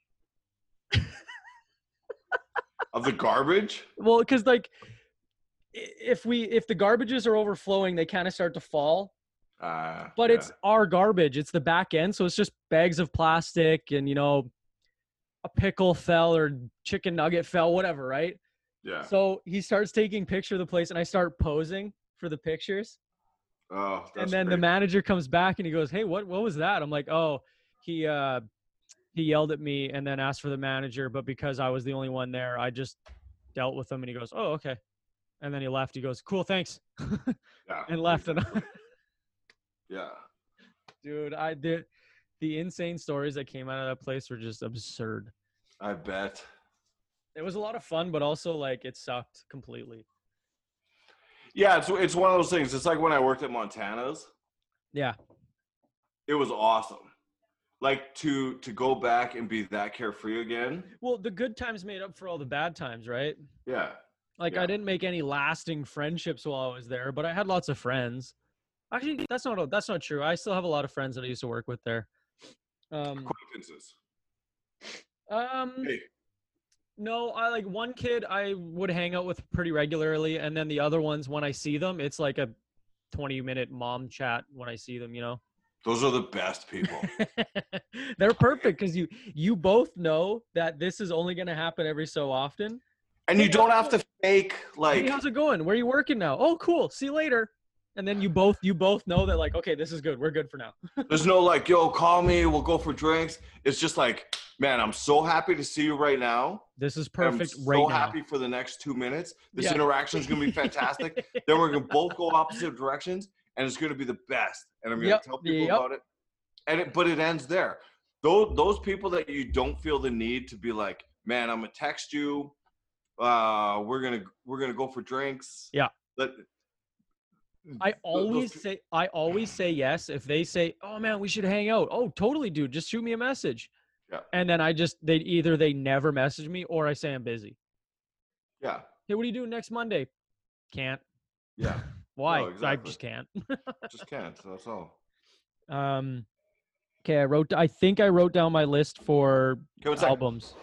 of the garbage? Well, because like i- if we if the garbages are overflowing, they kind of start to fall. Uh, But yeah. it's our garbage. It's the back end. So it's just bags of plastic and you know, a pickle fell or chicken nugget fell, whatever, right? Yeah. So he starts taking picture of the place and I start posing for the pictures. oh, and that's then the great. manager comes back and he goes, "Hey, what what was that?" I'm like, "Oh, he uh he yelled at me and then asked for the manager, but because I was the only one there, I just dealt with him." And he goes, "Oh, okay." And then he left. He goes, "Cool, thanks." Yeah. and left and [LAUGHS] Yeah. dude, I did the insane stories that came out of that place were just absurd. I bet. It was a lot of fun, but also like it sucked completely. Yeah, it's it's one of those things. It's like when I worked at Montana's. Yeah. It was awesome. Like to to go back and be that carefree again. Well, the good times made up for all the bad times, right? Yeah. Like I Yeah. didn't make any lasting friendships while I was there, but I had lots of friends. Actually, that's not a- that's not true. I still have a lot of friends that I used to work with there. Um, Acquaintances. um, Hey. no, I like one kid I would hang out with pretty regularly, and then the other ones when I see them, it's like a twenty minute mom chat when I see them. You know, [LAUGHS] Those are the best people. they're perfect because you you both know that this is only going to happen every so often. and you don't have to fake hey, like how's it going? Where you working now? Oh, cool. See you later. And then you both you both know that like, okay, this is good. We're good for now. there's no like, yo, call me, we'll go for drinks. It's just like, man, I'm so happy to see you right now. This is I'm perfect so right now. happy for the next two minutes. This Yeah. interaction is gonna be [LAUGHS] fantastic. then we're gonna both go opposite directions, and it's gonna be the best. And I'm gonna Yep, tell people yep. about it. And it, but it ends there. Those those people that you don't feel the need to be like, man, I'm gonna text you. Uh, we're gonna we're gonna go for drinks. Yeah. But I always pe- say I always say yes if they say, "Oh man, we should hang out." Oh, totally, dude. Just shoot me a message. Yeah. And then I just they either they never message me or I say I'm busy. yeah, Hey, what are you doing next Monday? Can't. yeah, Why? No, I Oh, exactly. just can't. [LAUGHS] just can't. That's all. Um Okay, I wrote I think I wrote down my list for [LAUGHS] Okay, what's that? albums.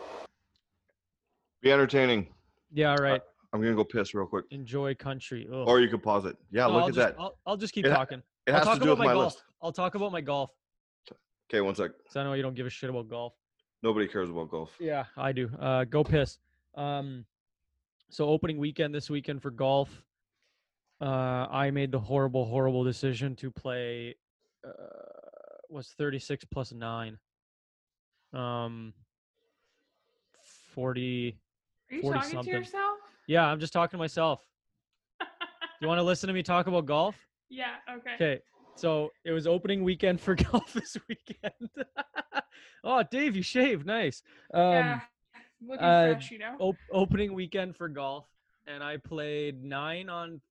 Be entertaining. Yeah, Uh, all right. I'm gonna go piss real quick, Enjoy country. Ugh. or you could pause it. Yeah, No, look I'll at just, that. I'll, I'll just keep It ha- talking. It I'll has talk to do about with my my golf. list. I'll talk about my golf Okay, one sec. because I know you don't give a shit about golf. Nobody cares about golf. [SIGHS] Yeah, I do. Uh, go piss. Um, so opening weekend this weekend for golf. Uh, I made the horrible, horrible decision to play. Uh, was thirty six plus nine. Um, forty. Are you 40 talking something. to yourself? [LAUGHS] Yeah, I'm just talking to myself. You want to listen to me talk about golf? yeah. Okay. Okay, so it was opening weekend for [LAUGHS] golf this weekend. [LAUGHS] oh, Dave, you shaved, nice. Um, yeah. Looking uh, fresh, you know. op- opening weekend for golf, and I played nine on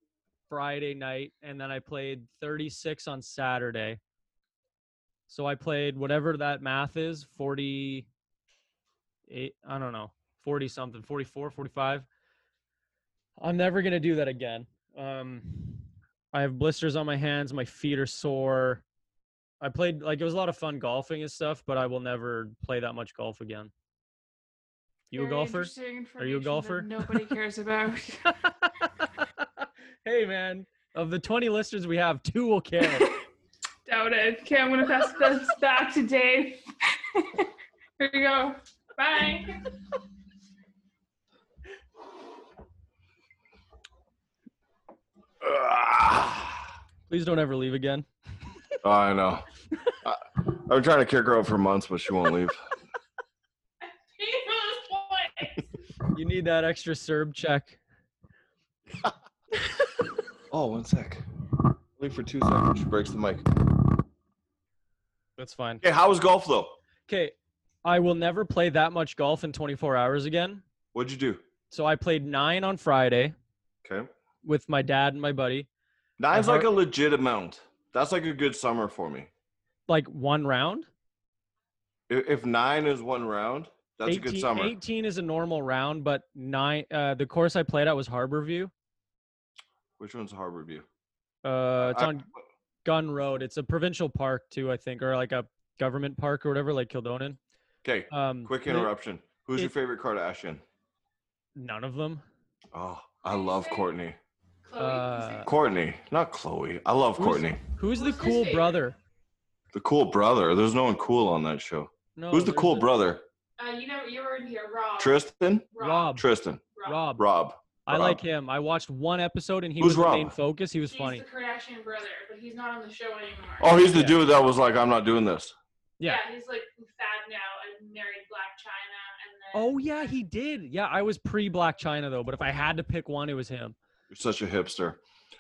Friday night, and then I played 36 on Saturday. So I played whatever that math is 48, I don't know, 40 something, 44, 45. I'm never going to do that again. Um, I have blisters on my hands, my feet are sore. I played like it was a lot of fun golfing and stuff, but I will never play that much golf again. You a Very golfer? interesting Are you a information that golfer? [LAUGHS] Nobody cares about. [LAUGHS] hey man, of the 20 listeners [LAUGHS] we have, two will care. [LAUGHS] Doubt it. Okay, I'm gonna pass this back to Dave. [LAUGHS] Here you go. Bye. [LAUGHS] Ah, Please don't ever leave again. Oh, I [LAUGHS] know. I, I've been trying to kick her out for months, but she won't leave. Jesus, You need that extra Serb check. [LAUGHS] Oh, one sec. Leave for two seconds. She breaks the mic. That's fine. Hey, how was golf though? Okay, I will never play that much golf in 24 hours again. What'd you do? So I played nine on Friday Okay. with my dad and my buddy, Nine's I like heard- a legit amount. That's like a good summer for me. like one round. If, if nine is one round, that's a good summer. 18 is a normal round, but nine. Uh, the course I played at was Harborview. Which one's Harbor View? Uh, it's I- on Gun Road. It's a provincial park too, I think, or like a government park or whatever, like Kildonan. Okay, Um, quick the- interruption. Who's your it- favorite Kardashian? None of them. Oh, I love Courtney. Chloe, Uh, Courtney, not Chloe. I love Who's- Courtney. Who's the Who's his cool favorite? brother? The cool brother. There's no one cool on that show. No, Who's the there's cool a- brother? uh, you know, you were in here, Rob. Tristan? Rob. Tristan. Rob. Rob. I like Rob. him. I watched one episode and he Who's was the main Rob? focus. He was He's funny. the Kardashian brother, but he's not on the show anymore. Oh, he's the Yeah. dude that was like, I'm not doing this. Yeah. he's like fad now and married Black China, and then Oh yeah, he did. Yeah, I was pre Black China though, but if I had to pick one, it was him. You're such a hipster.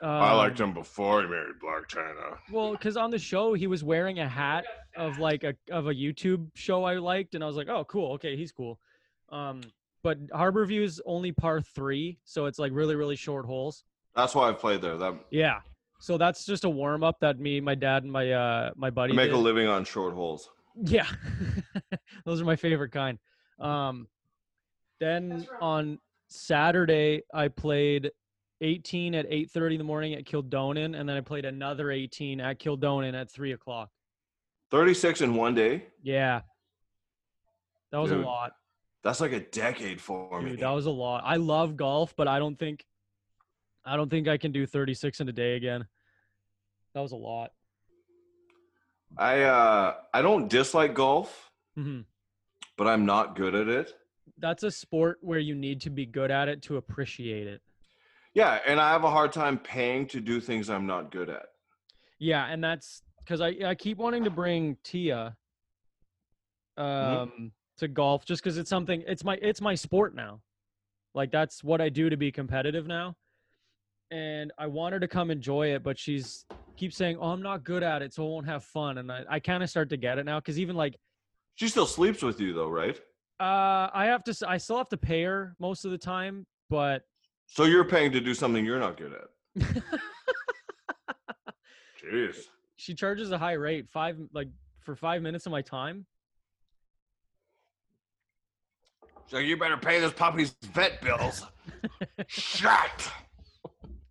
Um, I liked him before he married Black China. Well, because on the show he was wearing a hat Oh, of like a of a YouTube show I liked, and I was like, oh cool, okay, he's cool. Um, but Harbor View is only par three, so it's like really really short holes. That's why I played there. That Yeah. So that's just a warm up that me, my dad, and my uh my I buddy make did. a living on short holes. Yeah. [LAUGHS] Those are my favorite kind. Um then That's right. on Saturday I played 18 at 8:30 in the morning at Kildonan, and then I played another 18 at Kildonan at three o'clock. 36 in one day? Yeah. That was Dude, a lot. That's like a decade for me. Dude, that was a lot. I love golf, but I don't think I don't think I can do 36 in a day again. That was a lot. I uh I don't dislike golf, hmm but I'm not good at it. That's a sport where you need to be good at it to appreciate it. Yeah, and I have a hard time paying to do things I'm not good at. Yeah, and that's because I I keep wanting to bring Tia um to golf just because it's something it's my it's my sport now. Like that's what I do to be competitive now. And I want her to come enjoy it, but she's keeps saying, Oh, I'm not good at it, so I won't have fun. And I, I kinda start to get it now because even like She still sleeps with you though, right? uh I have to s- I still have to pay her most of the time, but So you're paying to do something you're [LAUGHS] not good at. Jeez. she charges a high rate, five like for five minutes of my time. So you better pay this puppy's vet bills. Shut.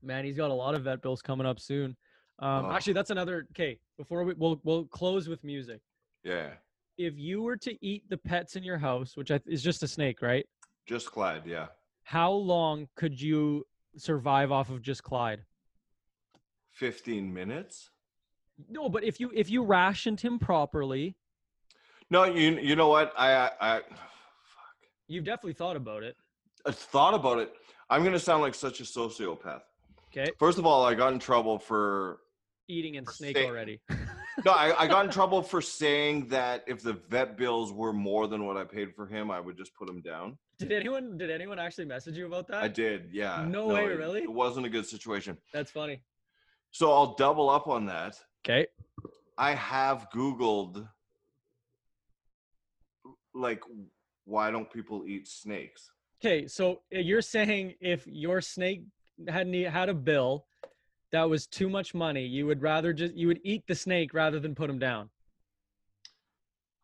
Man, he's got a lot of vet bills coming up soon. Um, Oh. Actually, that's another. Okay, before we we'll we'll close with music. Yeah. If you were to eat the pets in your house, which I, is just a snake, right? Just Clyde, yeah. How long could you survive off of just Clyde? Fifteen minutes? No, but if you if you rationed him properly, No, you you know what? I I, I you've definitely thought about it. I thought about it. I'm gonna sound like such a sociopath. Okay, First of all, I got in trouble for eating and snake Snake. already. [LAUGHS] no, I, I got in trouble for saying that if the vet bills were more than what I paid for him, I would just put him down. Did anyone did anyone actually message you about that? I did, yeah. No way, it- really? It wasn't a good situation. That's funny. So I'll double up on that. Okay. I have Googled, like, why don't people eat snakes? Okay, so uh, you're saying if your snake had ne- had a bill that was too much money, you would rather just you would eat the snake rather than put him down.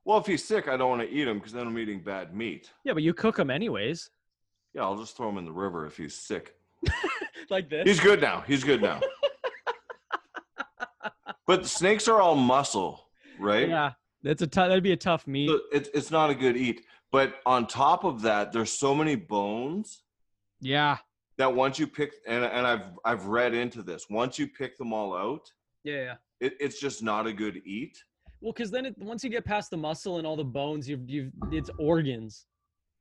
Well, if he's sick, I don't want to eat him because then I'm eating bad meat. Yeah, but you cook him anyways, Yeah, I'll just throw him in the river if he's sick. [LAUGHS] like this. He's good now. He's good now. but snakes are all muscle, right? Yeah, that's a tou- that'd be a tough meat. So it's it's not a good eat. But on top of that, there's so many bones Yeah, that once you pick and and I've I've read into this. Once you pick them all out, yeah, yeah. it, it's just not a good eat. Well, because then it, once you get past the muscle and all the bones, you've you've it's organs,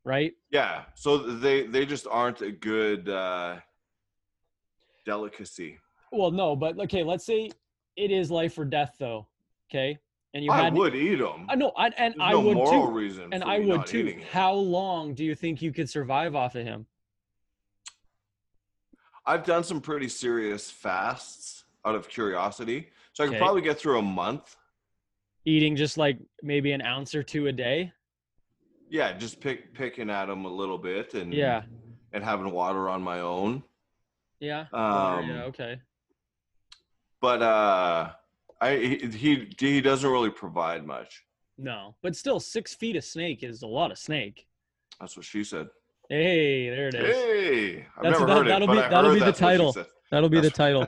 right? Yeah. So they they just aren't a good uh, delicacy. Well, no, but okay. Let's say it is life or death, though. Okay, and you I had. would eat them. I know, I, and There's I no would moral too. reason. And for I me would not too. eating it. How long do you think you could survive off of him? I've done some pretty serious fasts out of curiosity, so I could Okay. probably get through a month. Eating just like maybe an ounce or two a day. Yeah, just pick picking at them a little bit and Yeah. and having water on my own. Yeah. Or, Um, yeah. Okay. But uh, I he, he he doesn't really provide much. No, but still, six feet of snake is a lot of snake. That's what she said. Hey, there it is. Hey, I've That's- never that- heard that'll it, but be- I that'll heard be the that's what she title. said. That'll be the That's- [LAUGHS] title.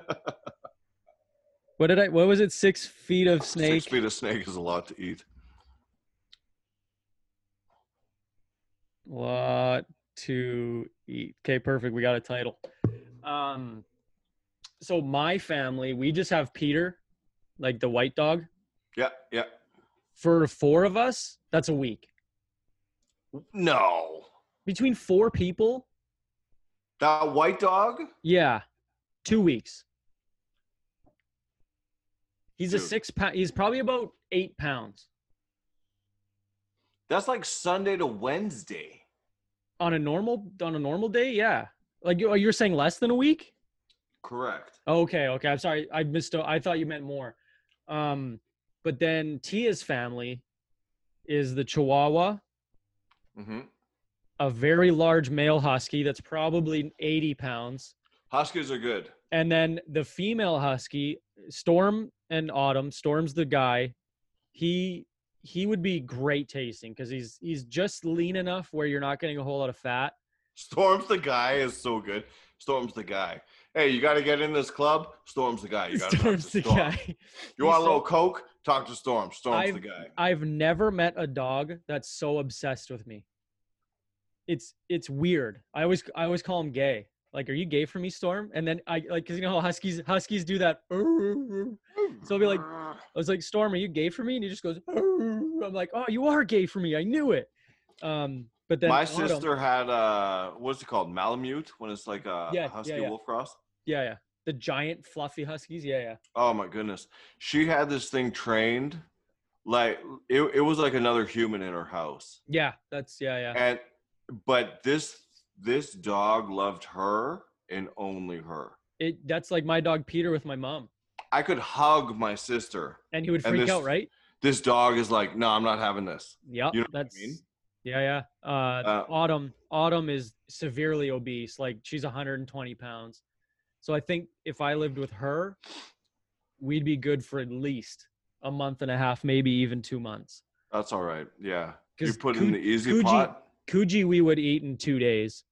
what did I? What was it? Six feet of snake. Six feet of snake is a lot to eat. Lot to eat. Okay, perfect. We got a title. Um, so my family, we just have Peter, like the white dog. Yeah, yeah. For four of us, that's a week. No, Between four people, that white dog. yeah, two weeks. He's a Dude. six pound. He's probably about eight pounds That's like Sunday to Wednesday. on a normal on a normal day. Yeah, like you- you're saying less than a week. Correct. Okay, okay. I'm sorry. I missed. I thought you meant more. Um, but then Tia's family is the Chihuahua, hmm a very large male husky that's probably 80 pounds, Huskies are good. and then the female husky, Storm and Autumn. Storm's the guy. He he would be great tasting because he's he's just lean enough where you're not getting a whole lot of fat. Storm's the guy is so good. Storm's the guy. Hey, you got to get in this club. Storm's [LAUGHS] the guy. You got to talk to Storm's the Storm. guy. You want a little coke? Talk to Storm. Storm's the guy. I've never met a dog that's so obsessed with me. It's it's weird. I always I always call him gay. Like, are you gay for me, Storm? And then I like because you know how huskies huskies do that. I So I'll be like- was like, Storm, are you gay for me? And he just goes. I'm like, oh, you are gay for me. I knew it. Um, but then my Autumn- sister had uh, what's it called? Malamute when it's like a Yeah, yeah, husky yeah. wolf cross. Yeah, yeah. The giant fluffy huskies. Yeah, yeah. Oh my goodness. She had this thing trained like it, it was like another human in her house. Yeah, that's yeah, yeah. And but this this dog loved her and only her. It that's like my dog Peter with my mom, I could hug my sister. and he would And freak this- out, right? This dog is like, "No, I'm not having this." Yep. You know what I that's mean? yeah, yeah. Uh, Uh, Autumn Autumn is severely obese. Like she's 120 pounds. So I think if I lived with her, we'd be good for at least a month and a half, maybe even two months. That's all right. Yeah. You 'Cause put it in Coog- the easy Coogee- pot. Coogee we would eat in two days.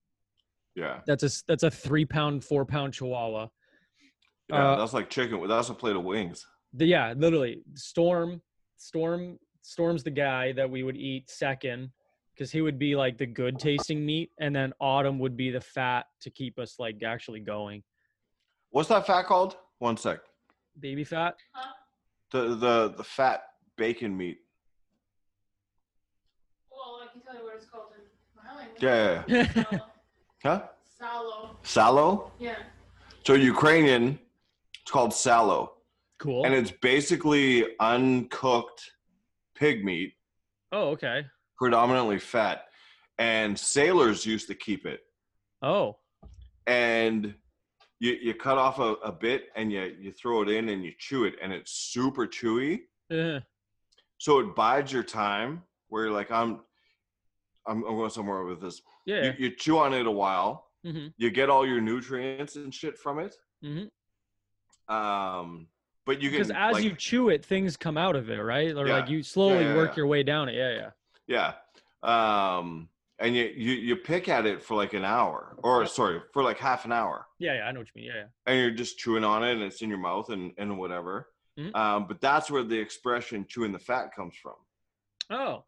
Yeah. That's a s- that's a three pound, four pound Chihuahua. Yeah, Uh, that's like chicken. That's a plate of wings. The- yeah, literally. Storm, Storm, Storm's the guy that we would eat second because he would be like the good tasting meat, and then Autumn would be the fat to keep us like actually going. What's that fat called? One sec. Baby fat. The the the fat bacon meat. Well, I can tell you what it's called in Wyoming. Yeah. yeah, yeah. Salo. Huh? Salo. Sallow? Yeah. So Ukrainian, it's called sallow, Cool. and it's basically uncooked pig meat, oh, okay. predominantly fat. And sailors used to keep it, Oh, [LAUGHS] and you you cut off a, a bit and you you throw it in and you chew it, and it's super chewy. eh, So it bides your time where you're like I'm, I'm I'm going somewhere with this. yeah. You, you chew on it a while, hmm you get all your nutrients and shit from it. hmm Um, but you can Because as like, you chew it, things come out of it, right? Or like Yeah. you slowly yeah, work yeah. your way down it. Yeah, yeah. Yeah. Um, and you, you you pick at it for like an hour, or Yep. sorry, for like half an hour, Yeah, yeah. I know what you mean. Yeah, yeah. and you're just chewing on it, and it's in your mouth and and whatever. Mhm. Um, but that's where the expression "chewing the fat" comes from. Oh,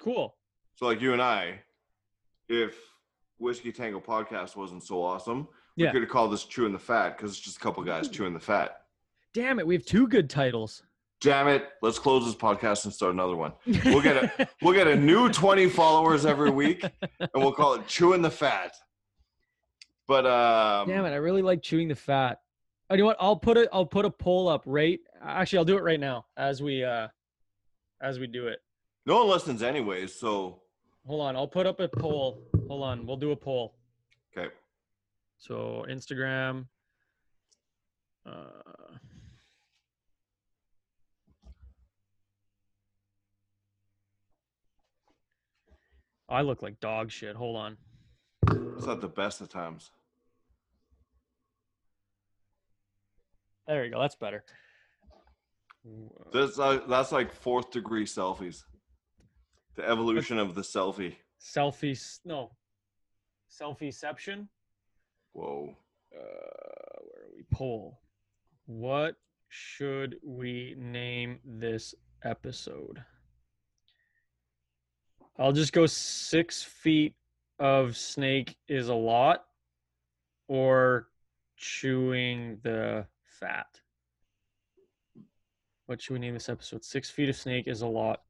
cool. So like you and I, if Whiskey Tango podcast wasn't so awesome, Yeah. Mm-hmm. we could have called this "chewing the fat" because it's just a couple guys chewing the fat. Damn it, we have two good titles. Damn it! Let's close this podcast and start another one. We'll get [LAUGHS] a we'll get a new twenty followers every week, and we'll call it chewing the fat. But um, Damn it! I really like chewing the fat. Oh, you know what? I'll put a I'll put a poll up right. Actually, I'll do it right now as we uh as we do it. no one listens anyways. So Hold on, I'll put up a poll. Hold on, we'll do a poll. okay, So Instagram. Uh, I look like dog shit. Hold on. it's not the best of times. There we go. That's better. That's uh, that's like fourth degree selfies. The evolution of the selfie. Selfie. s- No. Selfieception. Whoa. uh, where are we poll what should we name this episode i'll just go six feet of snake is a lot or chewing the fat what should we name this episode six feet of snake is a lot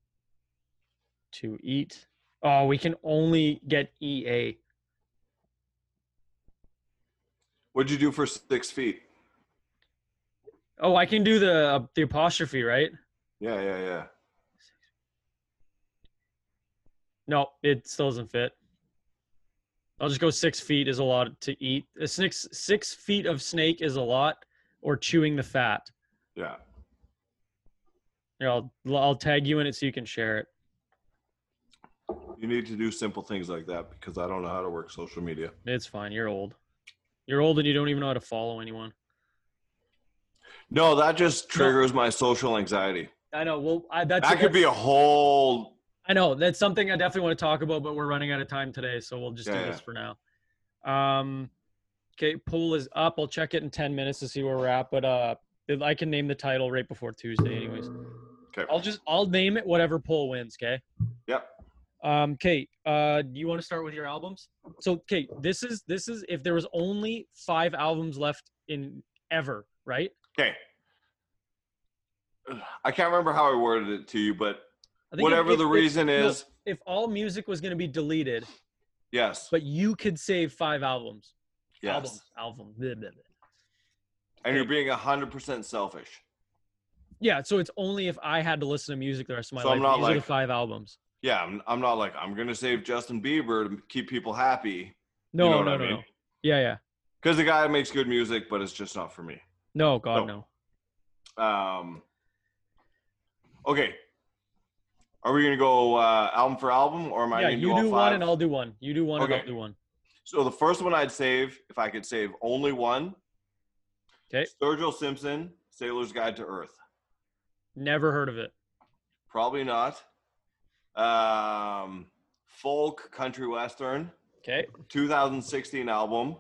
to eat oh we can only get E ea What'd you do for six feet? oh i can do the the apostrophe right Yeah, yeah, yeah. No, it still doesn't fit. I'll just go six feet is a lot to eat. Uh, Six six feet of snake is a lot, or chewing the fat. Yeah. Here, I'll I'll tag you in it so you can share it. You need to do simple things like that because I don't know how to work social media. It's fine. You're old. You're old and you don't even know how to follow anyone. No, that just triggers my social anxiety. I know. Well, I, that's That could be a whole. I know that's something I definitely want to talk about, but we're running out of time today, so we'll just Yeah, do this for now. Um, okay, poll is up. I'll check it in ten minutes to see where we're at, but uh, if I can name the title right before Tuesday, anyways. Okay. I'll just I'll name it whatever poll wins. Okay. Yep. Um, Kate, uh, do you want to start with your albums? So, Kate, this is this is if there was only five albums left in ever, right? Okay. I can't remember how I worded it to you, but I think if- whatever if- the if- reason no, is, if all music was going to be deleted, yes, but you could save five albums. yes, albums, album. blah, blah, blah. and you're being hundred percent selfish. Yeah, so it's only if I had to listen to music the rest of my So life. I'm not These are the like- five albums. Yeah, I'm, I'm not like I'm gonna save Justin Bieber to keep people happy. No, know what no, I no, no. mean? Yeah, yeah. because the guy makes good music, but it's just not for me. No, God, no. No. Um, okay, are we gonna go uh, album for album, or am I yeah, gonna you do, all do five? one and I'll do one. You do one and Okay. I'll do one. so the first one I'd save if I could save only one. 'Kay. Sturgill Simpson, Sailor's Guide to Earth. Never heard of it. Probably not. Um, folk, country western. Okay. 2016 album.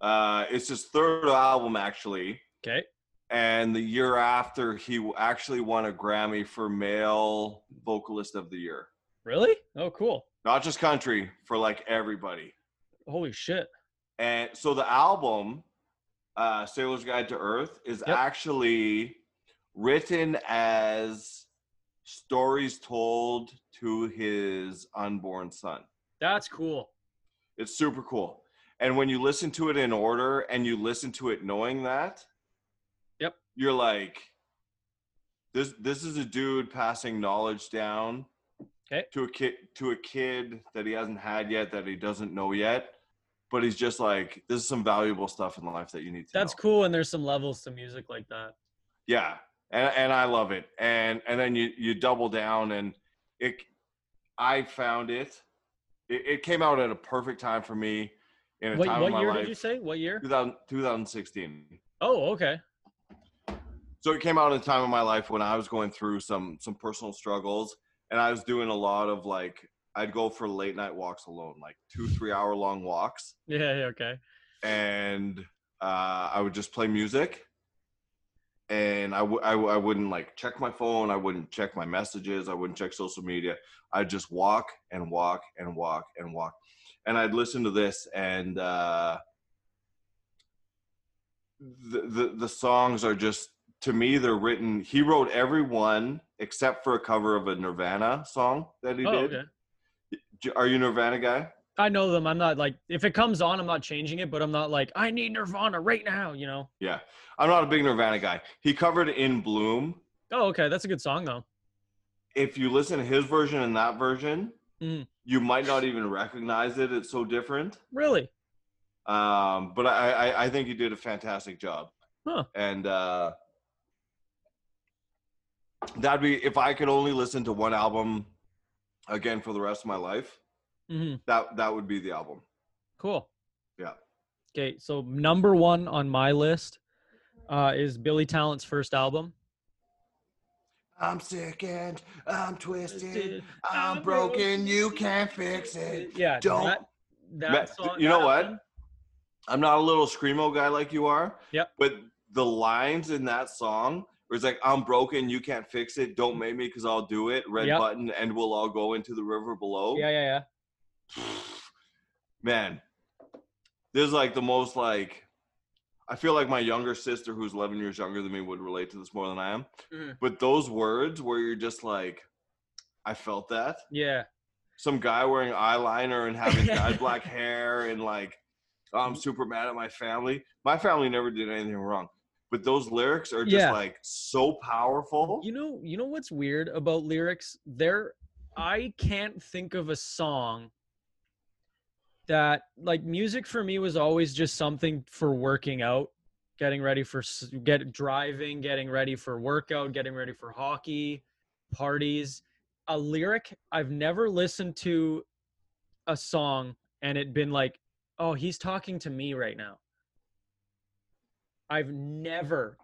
Uh, it's his third album, actually. Okay. And the year after, he w- actually won a Grammy for Male Vocalist of the Year. Really? Oh, cool. Not just country, for like everybody. Holy shit. And so the album, uh, Sailor's Guide to Earth, is Yep. actually written as stories told to his unborn son. That's cool. It's super cool. And when you listen to it in order and you listen to it knowing that, Yep. You're like this this is a dude passing knowledge down 'Kay. to a kid to a kid that he hasn't had yet that he doesn't know yet, but he's just like this is some valuable stuff in life that you need to That's know. cool. And there's some levels to music like that. Yeah. And and I love it. And and then you you double down and it I found it it, it came out at a perfect time for me in a What, time of what my year life. did you say? What year? 2000, 2016. Oh, okay. So it came out at a time in my life when I was going through some some personal struggles, and I was doing a lot of like I'd go for late night walks alone, like two three hour long walks, Yeah, yeah, okay. and uh, I would just play music, and I w- I, w- I wouldn't like check my phone, I wouldn't check my messages, I wouldn't check social media. I'd just walk and walk and walk and walk, and I'd listen to this and. Uh, the, the the songs are just to me, they're written. He wrote every one except for a cover of a Nirvana song that he Oh, did. okay. J- Are you a Nirvana guy? I know them. I'm not like if it comes on, I'm not changing it, but I'm not like I need Nirvana right now. You know. Yeah, I'm not a big Nirvana guy. He covered "In Bloom." Oh, okay, that's a good song though. If you listen to his version and that version, Mhm. you might not even recognize it. It's so different. Really? Um, but I, I, I think he did a fantastic job. Huh. And uh, that'd be if I could only listen to one album again for the rest of my life. hmm That that would be the album. Cool. Yeah. Okay, so number one on my list uh, is Billy Talent's first album. I'm sick and I'm twisted. I'm I'm I'm broken, broken. broken, You you can't fix it. Yeah. Don't- That, that Ma- song, you know that what? one. I'm not a little screamo guy like you are. Yep. But the lines in that song where it's like, I'm broken, you can't fix it, don't make me because I'll do it, red Yep. button, and we'll all go into the river below. Yeah, yeah, yeah. Man, this is like the most like, I feel like my younger sister, who's 11 years younger than me, would relate to this more than I am. Mhm. But those words where you're just like, I felt that. Yeah. some guy wearing eyeliner and having [LAUGHS] dyed black hair and like oh, I'm super mad at my family. My family never did anything wrong. But those lyrics are just Yeah. like so powerful. You know, you know what's weird about lyrics? There, I can't think of a song that like music for me was always just something for working out, getting ready for s- get driving, getting ready for workout, getting ready for hockey, parties. A lyric I've never listened to a song and it been like, oh, he's talking to me right now. I've never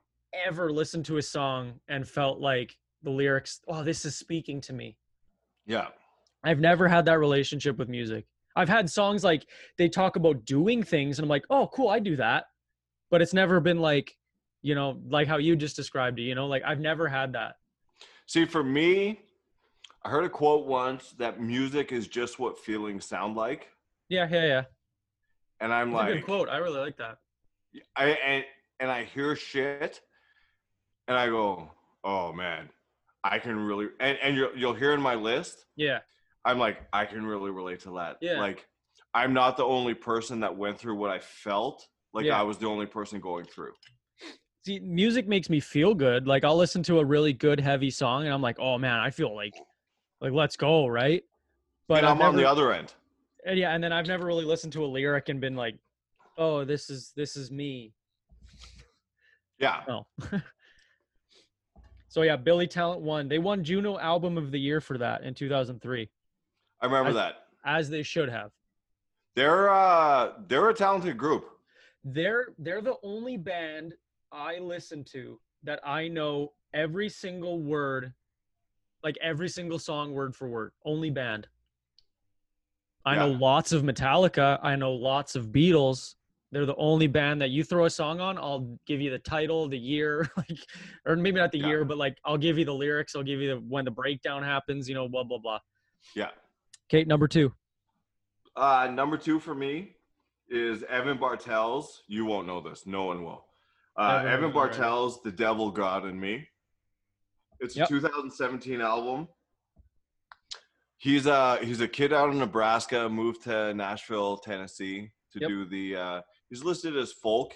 ever listened to a song and felt like the lyrics, oh, this is speaking to me. yeah. I've never had that relationship with music. I've had songs like they talk about doing things, and I'm like, oh, cool, I do that. But it's never been like, you know, like how you just described it, you know, like I've never had that. See, for me, I heard a quote once that music is just what feelings sound like. Yeah, yeah, yeah. And I'm That's a like good quote. I really like that. I and and I hear shit, and I go, "Oh man, I can really." And and you'll you'll hear in my list. Yeah. I'm like, I can really relate to that. Yeah. Like, I'm not the only person that went through what I felt. Like Yeah. I was the only person going through. See, music makes me feel good. Like I'll listen to a really good heavy song and I'm like, oh man, I feel like like let's go, right? But I've I'm on the never- other end. and yeah, and then I've never really listened to a lyric and been like, "Oh, this is this is me." Yeah. No. so yeah, Billy Talent won. They won Juno Album of the Year for that in 2003, I remember I- that. as they should have. They're uh they're a talented group. They're they're the only band I listen to that I know every single word, like every single song word for word. Only band. I know Yeah. lots of Metallica. I know lots of Beatles. They're the only band that you throw a song on, I'll give you the title, the year, [LAUGHS] like, or maybe not the Yeah. year, but like I'll give you the lyrics, I'll give you the when the breakdown happens, you know, blah blah blah. Yeah. Kate, number two. Uh number two for me is Evan Bartels. You won't know this. No one will. Uh, Never Evan heard of it. Bartels, The Devil God in Me. It's a Yep. 2017 album. He's a he's a kid out of Nebraska, moved to Nashville, Tennessee to Yep. do the. Uh, he's listed as folk.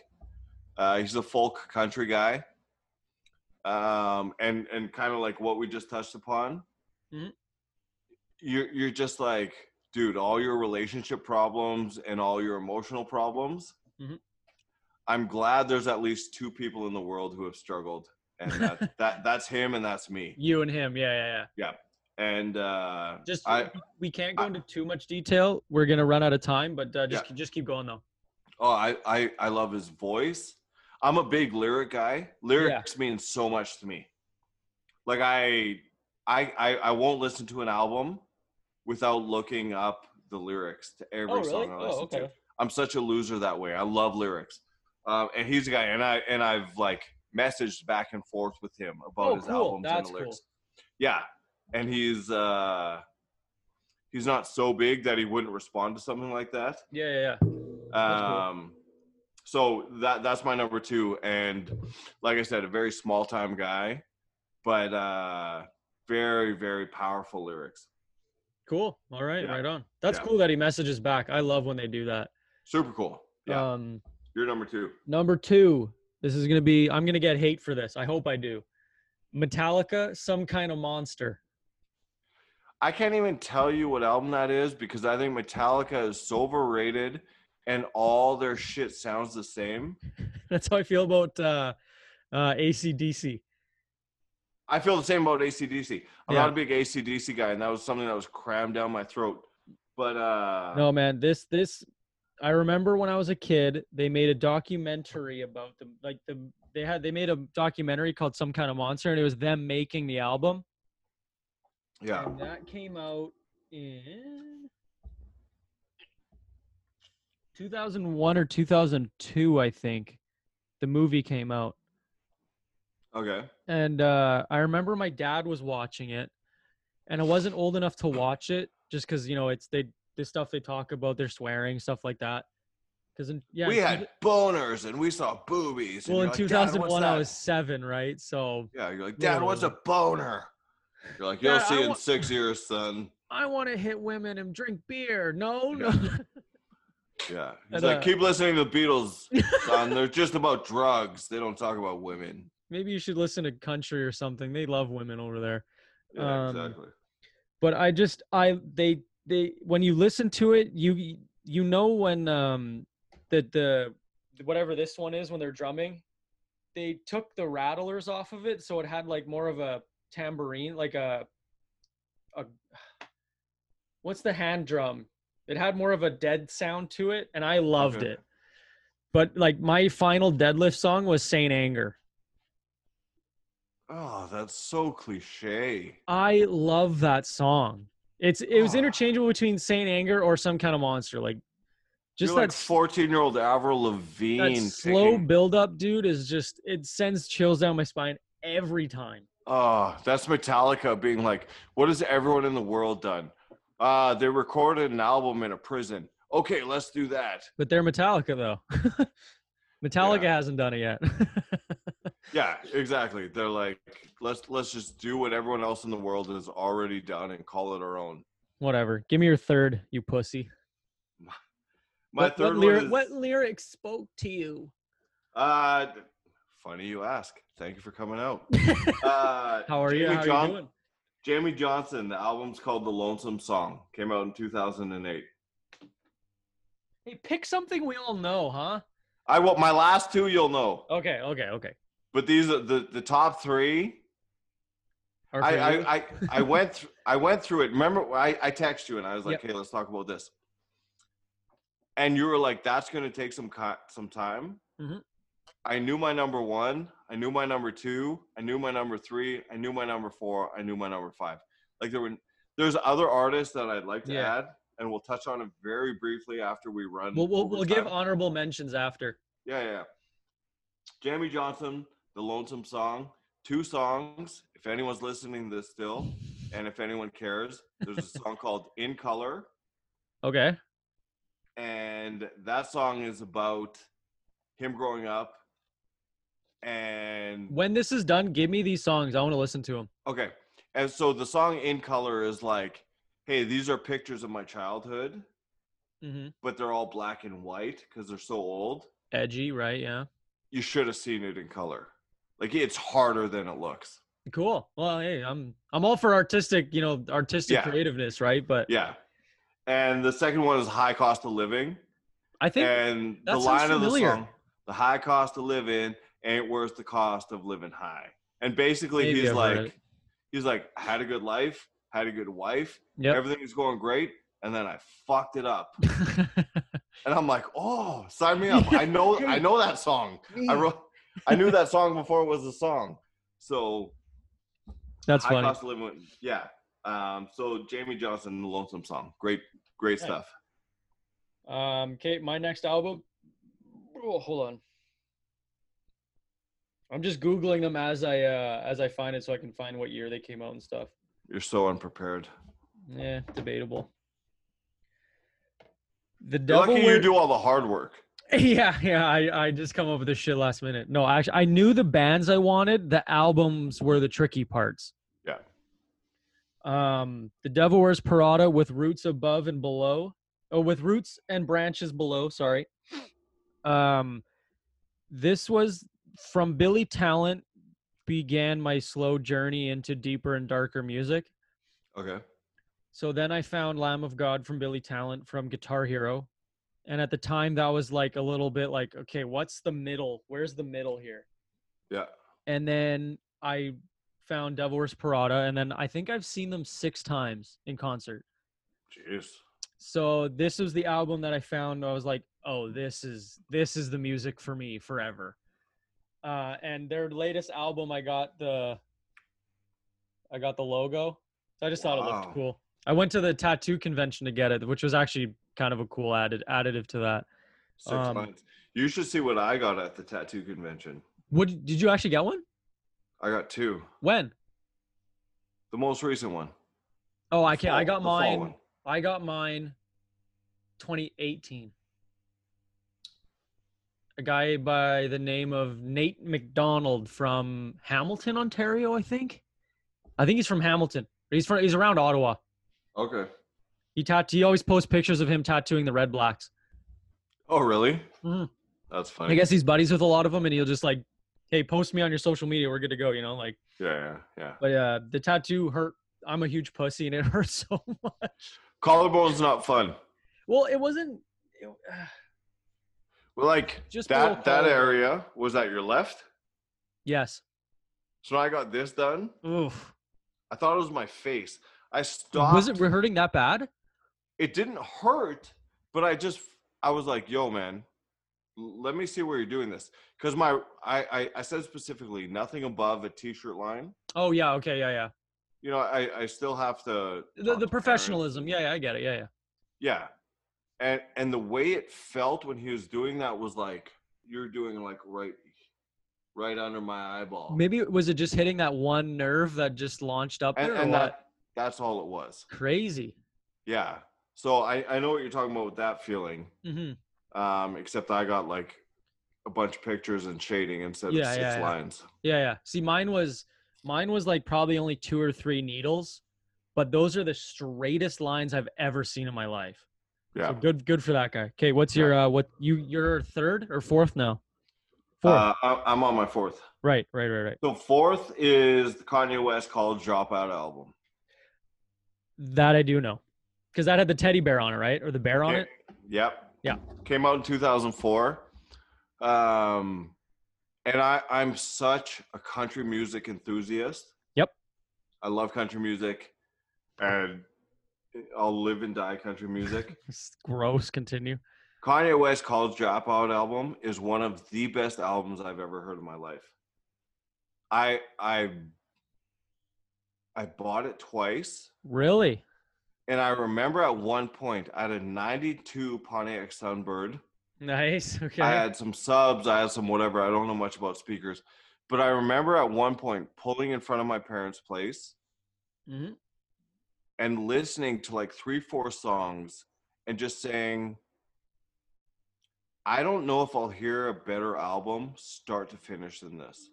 Uh, he's a folk country guy, um, and and kind of like what we just touched upon. Mhm. You're you're just like, dude, all your relationship problems and all your emotional problems. Mhm. I'm glad there's at least two people in the world who have struggled, and that, that that's him and that's me. You and him, yeah, yeah, yeah. And uh, Just I- we can't go I- into too much detail. We're gonna run out of time, but uh, just just keep going though. Oh, I, I I love his voice. I'm a big lyric guy. Lyrics mean so much to me. Like I I I, I won't listen to an album without looking up the lyrics to every Oh, song I listen to. I'm such a loser that way. I love lyrics. Um, and he's a guy, and I and I've like messaged back and forth with him about Oh, his cool. albums and That's the cool. lyrics. Yeah, and he's uh, he's not so big that he wouldn't respond to something like that. Yeah, yeah, yeah. That's cool. Um, so that that's my number two, and like I said, a very small time guy, but uh, very very powerful lyrics. Cool. All right. Yeah. Right on. That's Yeah. cool that he messages back. I love when they do that. Super cool. Yeah, Um, you're number two. number two. This is gonna be. I'm gonna get hate for this. I hope I do. Metallica, some kind of monster. [LAUGHS] I can't even tell you what album that is because I think Metallica is so overrated, and all their shit sounds the same. That's how I feel about uh, uh, ACDC. I feel the same about ACDC. I'm Yeah. not a big ACDC guy, and that was something that was crammed down my throat. But uh, No man, this this. I remember when I was a kid, they made a documentary about them. Like the they had they made a documentary called Some Kind of Monster, and it was them making the album. yeah, And that came out in 2001 or 2002, I think. The movie came out. okay, And uh, I remember my dad was watching it, and I wasn't old enough to watch it just because, you know, it's they the stuff they talk about, they're swearing, stuff like that. Because, yeah, we in two- had boners and we saw boobies. and well, you're in like, "Dad, what's 2001, I that?" was seven, right? So yeah, you're like, Yeah, Dad, what's whatever. a boner? You're like, you'll Dad, I see in wa- six years, son. I want to hit women and drink beer. No, Yeah. no. [LAUGHS] Yeah, he's And, like, uh, keep listening to the Beatles, [LAUGHS] son. They're just about drugs. They don't talk about women. Maybe you should listen to country or something. They love women over there. Yeah, Um, exactly. but I just I they they when you listen to it, you you know when um that the whatever this one is when they're drumming, they took the rattlers off of it, so it had like more of a tambourine, like a a what's the hand drum? It had more of a dead sound to it, and I loved Okay. it. But like my final deadlift song was Saint Anger. Oh, that's so cliche. I love that song. It's it was Ah. interchangeable between Saint Anger or some kind of monster. Like just Just like that, s- 14 year old Avril Lavigne. that slow picking- build up, dude, is just it sends chills down my spine every time. Oh, that's Metallica being like, what has everyone in the world done? Uh, they recorded an album in a prison. Okay, let's do that. But they're Metallica though. [LAUGHS] Metallica hasn't done it yet. [LAUGHS] Yeah, exactly. They're like, let's let's just do what everyone else in the world has already done and call it our own. Whatever. Give me your third, you pussy. My what, third what, lyri- one is what lyrics spoke to you? uh funny you ask. Thank you for [LAUGHS] coming out. Uh How are you? Jamie How are John- you doing? Jamie Johnson, the album's called The Lonesome Song. Came out in 2008. Hey, pick something we all know, huh? I want my last two you'll know. Okay, okay, okay. But these are the the top 3 Our I, favorite? I, I, [LAUGHS] I went through I went through it. Remember, I, I texted you and I was like, "Hey, let's talk about this." And you were like, "That's going to take some co- some time." Mhm. I knew my number one. I knew my number two. I knew my number three. I knew my number four. I knew my number five. Like there were there's other artists that I'd like to Yeah. add, and we'll touch on it very briefly after we run. we'll we'll, over we'll give time. honorable mentions after. Yeah, yeah. Jamie Johnson, The Lonesome Song, two songs. If anyone's listening to this still, and if anyone cares, there's a song [LAUGHS] called In Color, Okay. and that song is about him growing up. And When this is done, give me these songs. I want to listen to them. okay, and so the song In Color is like, hey, these are pictures of my childhood, Mm-hmm. but they're all black and white because they're so old. Edgy, right? Yeah. You should have seen it in color. Like it's harder than it looks. Cool. Well, hey, I'm I'm all for artistic, you know, artistic Yeah. creativeness, right? But Yeah. And the second one is high cost of living. I think And that the sounds line of the familiar. song, the high cost of living ain't worth the cost of living high. And basically Maybe he's I've heard like it. he's like, I had a good life, had a good wife, yep. everything was going great, and then I fucked it up. [LAUGHS] And I'm like, Oh, sign me up. I know I know that song. I wrote I knew that song before it was a song. So That's high funny. cost of living yeah. Um, so Jamie Johnson, the Lonesome Song. Great, great Nice. stuff. Um, Kate, my next album. Oh, hold on. I'm just googling them as I uh, as I find it, so I can find what year they came out and stuff. You're so unprepared. Yeah, debatable. The You're devil. lucky you Wear- do all the hard work. [LAUGHS] Yeah, yeah. I, I just come up with this shit last minute. No, actually, I knew the bands I wanted. The albums were the tricky parts. Yeah. Um, The Devil Wears Prada with roots above and below. Oh, with roots and branches below. Sorry. Um, this was from Billy Talent. Began my slow journey into deeper and darker music. Okay. So then I found Lamb of God from Billy Talent from Guitar Hero. And at the time, that was like a little bit like, okay, what's the middle? Where's the middle here? Yeah. And then I found Devil Wears Prada. And then I think I've seen them six times in concert. Jeez. So this was the album that I found. I was like, oh, this is this is the music for me forever. Uh, and their latest album, I got the I got the logo. So I just thought it Wow. looked cool. I went to the tattoo convention to get it, which was actually kind of a cool added additive to that. Six Um, months. You should see what I got at the tattoo convention. What did you actually get one? I got two. When? The most recent one. Oh, I The can't. I fall- got the fall mine. one. I got mine. 2018. A guy by the name of Nate McDonald from Hamilton, Ontario, I think. I think he's from Hamilton. He's from. He's around Ottawa. Okay. He tat. He always posts pictures of him tattooing the red blacks. Oh, really? Mhm. That's funny. I guess he's buddies with a lot of them, and he'll just like, "Hey, post me on your social media. We're good to go." You know, like. Yeah, yeah, yeah. But uh, the tattoo hurt. I'm a huge pussy, and it [LAUGHS] hurts so much. Collarbone's not fun. Well, it wasn't. It, uh, Well, like Just below that that collarbone. area was at your left. yes. So when I got this done, Oof. I thought it was my face. I stopped. Was it re- hurting that bad? it didn't hurt, but I just I was like, "Yo, man, l- let me see where you're doing this." Because my I, I I said specifically nothing above a t-shirt line. Oh yeah. Okay. Yeah. Yeah. You know, I I still have to The, talk to the Aaron. professionalism. Yeah. Yeah. I get it. Yeah. Yeah. Yeah, and and the way it felt when he was doing that was like you're doing like right right under my eyeball. Maybe was it just hitting that one nerve that just launched up and, there? or and what? that that's all it was. Crazy. Yeah. So I I know what you're talking about with that feeling. hmm Um, except I got like a bunch of pictures and shading instead Yeah, of six yeah, yeah. lines. Yeah. Yeah. See, mine was mine was like probably only two or three needles, but those are the straightest lines I've ever seen in my life. Yeah. So good. Good for that guy. Okay. What's your uh? What you? Your third or fourth now? Fourth. Uh, I, I'm on my fourth. right. Right. Right. Right. So fourth is the Kanye West College Dropout album. That I do know, because that had the teddy bear on it, right? Or the bear on Ca- it. Yep. Yeah. Came out in 2004. Um, and I I'm such a country music enthusiast. Yep. I love country music, and I'll live and die country music. It's gross. Continue. Kanye West College Dropout album is one of the best albums I've ever heard in my life. I I I bought it twice, Really? and I remember at one point I had a '92 Pontiac Sunbird. Nice. [LAUGHS] Okay. I had some subs, I had some whatever. I don't know much about speakers, but I remember at one point pulling in front of my parents' place hmm and listening to like three, four songs and just saying, I don't know if I'll hear a better album start to finish than this.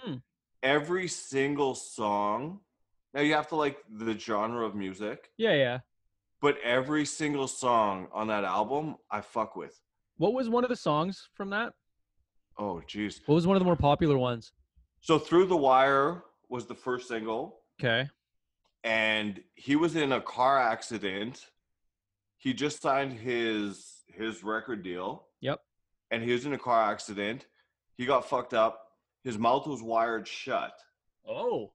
Hmm. Every single song, now you have to like the genre of music, Yeah, yeah. but every single song on that album I fuck with. What was one of the songs from that? Oh, jeez. What was one of the more popular ones? So Through the Wire was the first single. Okay. and he was in a car accident. He just signed his his record deal. Yep. And he was in a car accident. He got fucked up. His mouth was wired shut. Oh.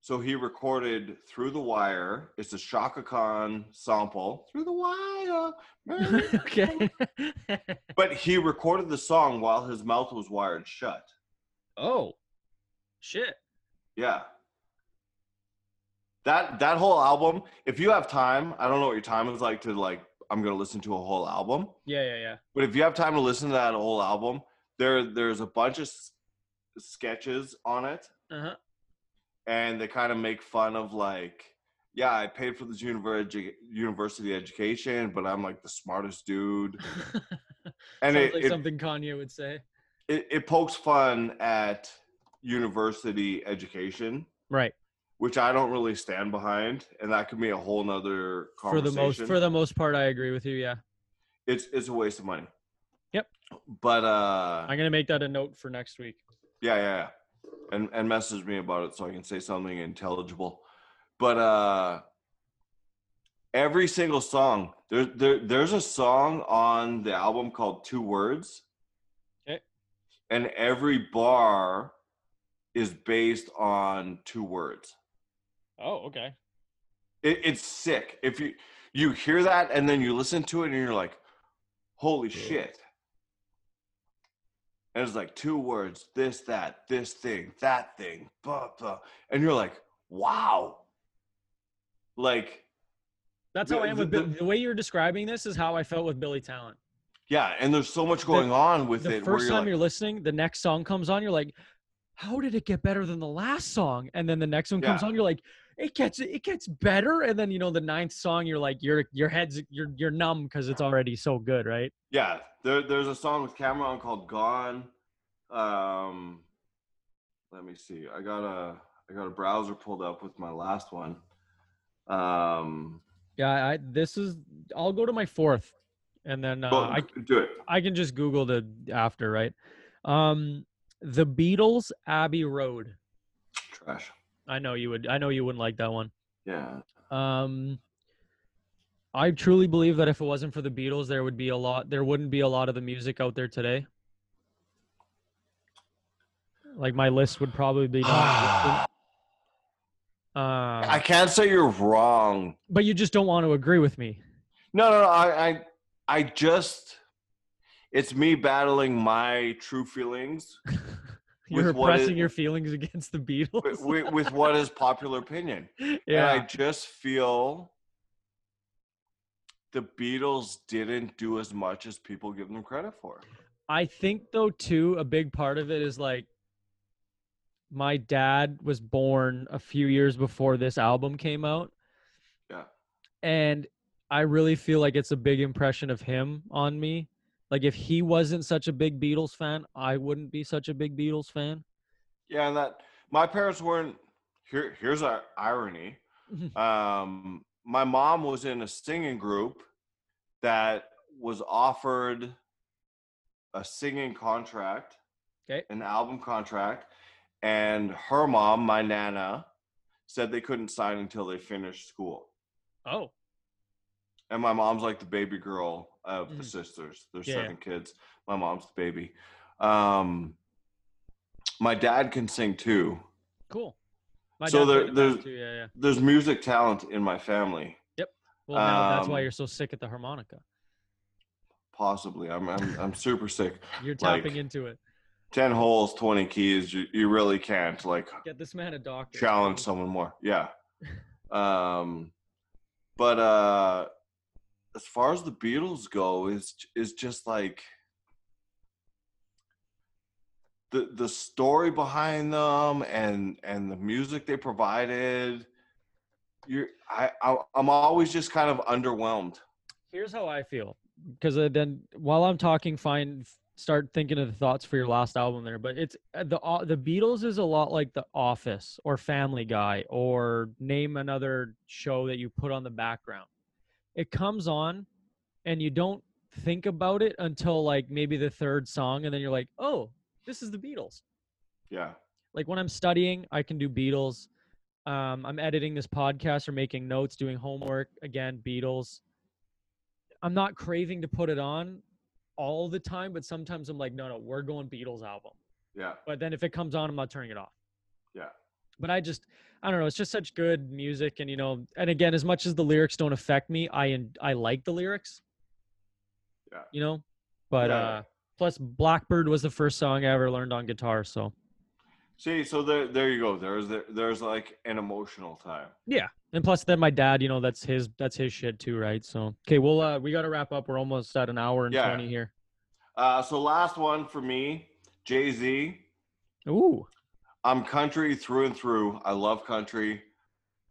So he recorded Through the Wire. It's a Shaka Khan sample. Through the Wire. [LAUGHS] man. [LAUGHS] okay. but he recorded the song while his mouth was wired shut. oh. Shit. Yeah. That that whole album, if you have time, I don't know what your time is like to like I'm gonna listen to a whole album. Yeah, yeah, yeah. But if you have time to listen to that whole album, there there's a bunch of s- sketches on it, Uh-huh. [LAUGHS] and they kind of make fun of like, yeah, I paid for this university university education, but I'm like the smartest dude. and Sounds it, like it, something Kanye would say. it it pokes fun at university education, Right. which I don't really stand behind, and that could be a whole nother For the conversation. most for the most part, I agree with you. Yeah. it's it's a waste of money. Yep. But uh, I'm gonna make that a note for next week. yeah, yeah, yeah, and and message me about it so I can say something intelligible. But uh, every single song there there there's a song on the album called Two Words. Okay. And every bar is based on two words. Oh, okay. It, it's sick. If you you hear that and then you listen to it and you're like, "Holy shit!" And it's like two words: this, that, this thing, that thing, blah blah. And you're like, "Wow!" Like, That's how I The- am with the- Bill. The way you're describing this is how I felt with Billy Talent. yeah. And there's so much going on with the it. where first you're time like, you're listening, the next song comes on, you're like, "How did it get better than the last song?" And then the next one comes on, you're like, "It gets it gets better." And then you know the ninth song, you're like, "Your your head's you're you're numb because it's already so good, right?" Yeah, there, there's a song with Cameron called "Gone." Um, let me see. I got a I got a browser pulled up with my last one. Um, Yeah, I this is I'll go to my fourth, and then uh, oh, I do it. I can just Google the after, right? Um, the Beatles, Abbey Road. Trash. I know you would. I know you wouldn't like that one. Yeah. Um, I truly believe that if it wasn't for the Beatles, there would be a lot. There wouldn't be a lot of the music out there today. Like my list would probably [SIGHS] be. Ah. non-existent. I Uh, can't say you're wrong. but you just don't want to agree with me. [LAUGHS] No, no, no. I, I, I just, it's me battling my true feelings You're With what it- repressing your feelings against the [LAUGHS] Beatles. with, with what is popular opinion. [LAUGHS] yeah. And I just feel the Beatles didn't do as much as people give them credit for. I think though too a big part of it is like my dad was born a few years before this album came out. Yeah. And I really feel like it's a big impression of him on me. Like if he wasn't such a big Beatles fan, I wouldn't be such a big Beatles fan. Yeah, and that my parents weren't here here's our irony. Mm-hmm. um my mom was in a singing group that was offered a singing contract, Okay. an album contract, and her mom, my nana, said they couldn't sign until they finished school. Oh. and my mom's like the baby girl of the Mhm. sisters. There's Yeah, yeah. seven kids. My mom's the baby. Um, my dad can sing too. Cool. My So dad's there- like that there's- too. Yeah, yeah. There's music talent in my family. Well, now that's why um, you're so sick at the harmonica. Possibly, I'm I'm, I'm super sick. You're like- tapping into it. Ten holes, twenty keys. You you really can't like Get this man a doctor. challenge someone more. Yeah. Um, but uh, as far as the Beatles go, is is just like the the story behind them and and the music they provided. You're I, I I'm always just kind of underwhelmed. here's how I feel because then while I'm talking, fine, f- start thinking of the thoughts for your last album there. But it's uh, the O- the Beatles is a lot like The Office or Family Guy or name another show that you put on the background. It comes on, and you don't think about it until like maybe the third song, and then you're like, oh, this is the Beatles Yeah. like when I'm studying, I can do Beatles. Um, I'm editing this podcast or making notes, doing homework. Again, Beatles. I'm not craving to put it on all the time, but sometimes I'm like, no, no, we're going Beatles album. Yeah. But then if it comes on, I'm not turning it off. Yeah. But I just, I don't know. It's just such good music, and you know, and again, as much as the lyrics don't affect me, I en- I like the lyrics. Yeah. You know, but Yeah. uh, plus Blackbird was the first song I ever learned on guitar, so See, so there there you go. There's there, there's like an emotional time. And plus, then my dad, you know, that's his that's his shit too, right? So, okay, well, uh, we got to wrap up. We're almost at an hour and Yeah. twenty here. Uh, so last one for me, Jay Z. Ooh, I'm country through and through. I love country.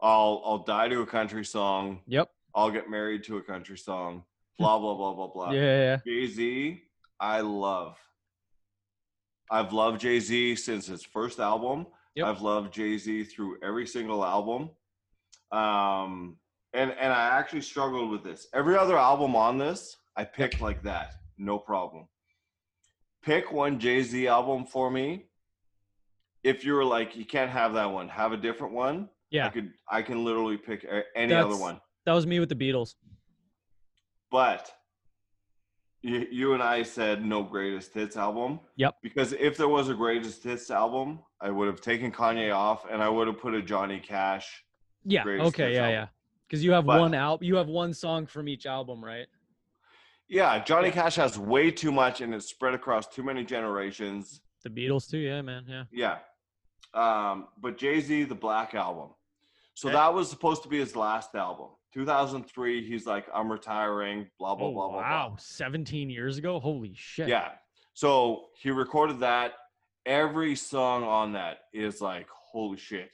I'll I'll die to a country song. yep, I'll get married to a country song. Blah blah blah blah blah. yeah, yeah, yeah. Jay Z. I love. I've loved Jay Z since his first album. Yep. I've loved Jay Z through every single album. Um, and and I actually struggled with this. Every other album on this, I picked like that, no problem. Pick one Jay Z album for me. If you were like, you can't have that one, have a different one. I Yeah. could, I can literally pick a- any other That's- one. That was me with the Beatles. But you, you and I said no greatest hits album. Yep. Because if there was a greatest hits album, I would have taken Kanye off and I would have put a Johnny Cash. Yeah. Greatest okay. hits Yeah. album. Yeah. Because you have But- one out. You have one song from each album, right? Yeah, Johnny Yeah. Cash has way too much and it's spread across too many generations. The Beatles too. Yeah, man. Yeah. Yeah. Um, but Jay Z, the Black Album. So Okay. that was supposed to be his last album. 2003, he's like, I'm retiring, blah, blah, Oh blah, blah, blah. wow. 17 years ago. Holy shit. Yeah. So he recorded that. Every song on that is like, holy shit.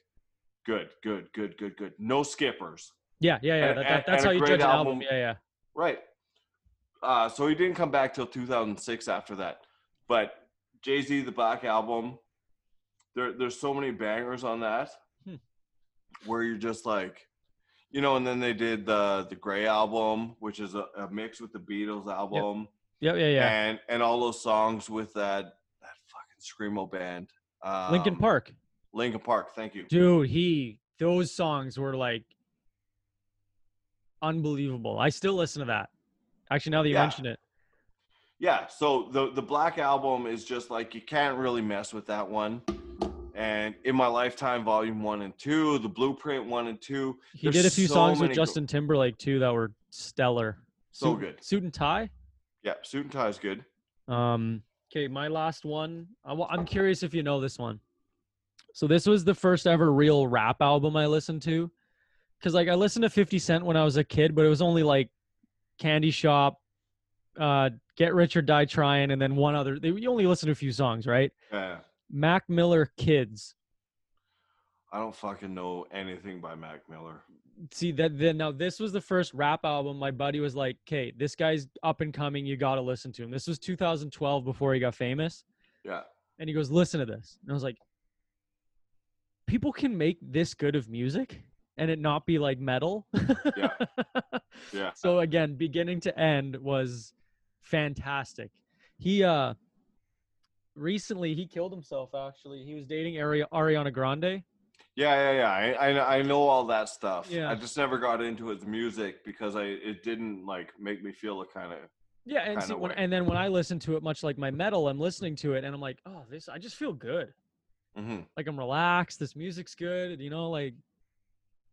Good, good, good, good, good. No skippers. Yeah. Yeah. Yeah. And- that- and- that- that's and how a you great judge an album. album. Yeah. Yeah. Right. Uh, so he didn't come back till 2006 after that. But Jay Z, the Black Album, there, there's so many bangers on that Hmm. where you're just like, you know, and then they did the the Gray album, which is a, a mix with the Beatles album. Yeah. Yeah. Yeah. and and all those songs with that that fucking screamo band. Um, Lincoln Park. Lincoln Park. Thank you. Dude, he those songs were like unbelievable. I still listen to that. Actually, now that you Yeah. mention it, Yeah. So the the Black album is just like you can't really mess with that one. And in my lifetime, Volume One and Two, the Blueprint One and Two, he There's did a few so songs with many go- Justin Timberlake too that were stellar. So Suit- good. Suit and tie. yeah, Suit and Tie is good. Um, okay, my last one. I wa- I'm curious if you know this one. So this was the first ever real rap album I listened to, because like I listened to 50 Cent when I was a kid, but it was only like Candy Shop, uh, Get Rich or Die Trying, and then one other. They, you only listen to a few songs, right? Yeah. Mac Miller Kids. I don't fucking know anything by Mac Miller. See that then now this was the first rap album my buddy was like, "Okay, this guy's up and coming. You got to listen to him." This was 2012 before he got famous. Yeah. And he goes, "Listen to this." And I was like, "People can make this good of music and it not be like metal." [LAUGHS] Yeah. Yeah. So again, beginning to end was fantastic. He uh recently he killed himself actually. He was dating Ari- Ariana Grande. Yeah, yeah, yeah. I, I I know all that stuff. Yeah. I just never got into his music because I it didn't like make me feel the kind of Yeah, and see, kinda when, way. and then when I listen to it, much like my metal, I'm listening to it and I'm like, oh, this, I just feel good. mhm. Like I'm relaxed. This music's good. You know, like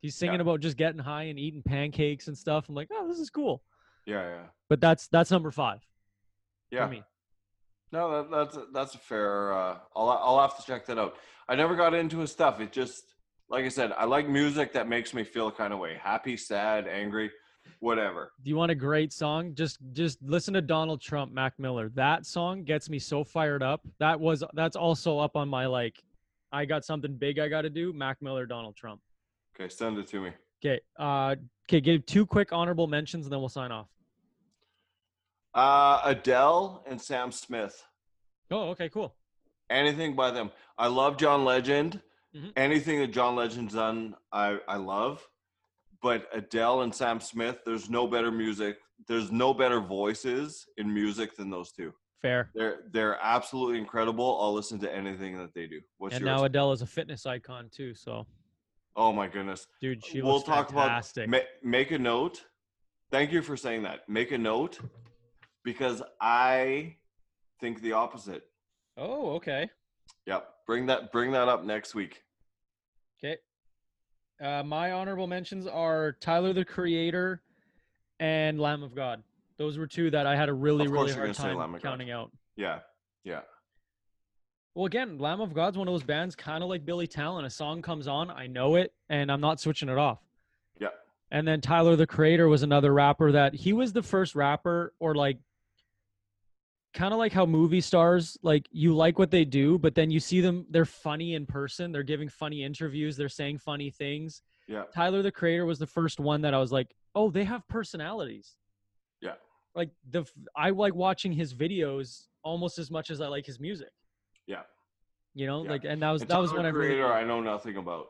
he's singing about just getting high and eating pancakes and stuff. I'm like, oh, this is cool. yeah, yeah. But that's that's number five Yeah. for me. No, that, that's a- that's a fair. Uh, I'll I'll have to check that out. I never got into his stuff. It just like I said, I like music that makes me feel kind of way, happy, sad, angry, whatever. Do you want a great song? Just just listen to Donald Trump, Mac Miller. That song gets me so fired up. That was that's also up on my like, I got something big I got to do. Mac Miller, Donald Trump. Okay, send it to me. Okay, uh, okay, give two quick honorable mentions and then we'll sign off. Uh, Adele and Sam Smith. Oh, okay, cool. Anything by them. I love John Legend. Mhm. Anything that John Legend's done, I I love. But Adele and Sam Smith, there's no better music. There's no better voices in music than those two. Fair. They're they're absolutely incredible. I'll listen to anything that they do. What's and yours? now Adele is a fitness icon too. So, Oh my goodness. dude, she we'll looks talk fantastic. about ma- make a note. Thank you for saying that. Make a note because I think the opposite. oh, okay. Yep. Bring that bring that up next week. Okay. Uh, my honorable mentions are Tyler the Creator and Lamb of God. Those were two that I had a really, Of course really you're hard gonna say Lamb time of God. counting out. Yeah. Well, again, Lamb of God's one of those bands, kind of like Billy Talent. A song comes on, I know it, and I'm not switching it off. Yeah. And then Tyler the Creator was another rapper that he was the first rapper, or like, kind of like how movie stars, like you like what they do, but then you see them, they're funny in person, they're giving funny interviews, they're saying funny things. Yeah. Tyler the Creator was the first one that I was like, oh, they have personalities. Yeah. like the f- I like watching his videos almost as much as I like his music. Yeah. You know, Yeah. like and that was And that was Tyler when I really creator I know nothing about.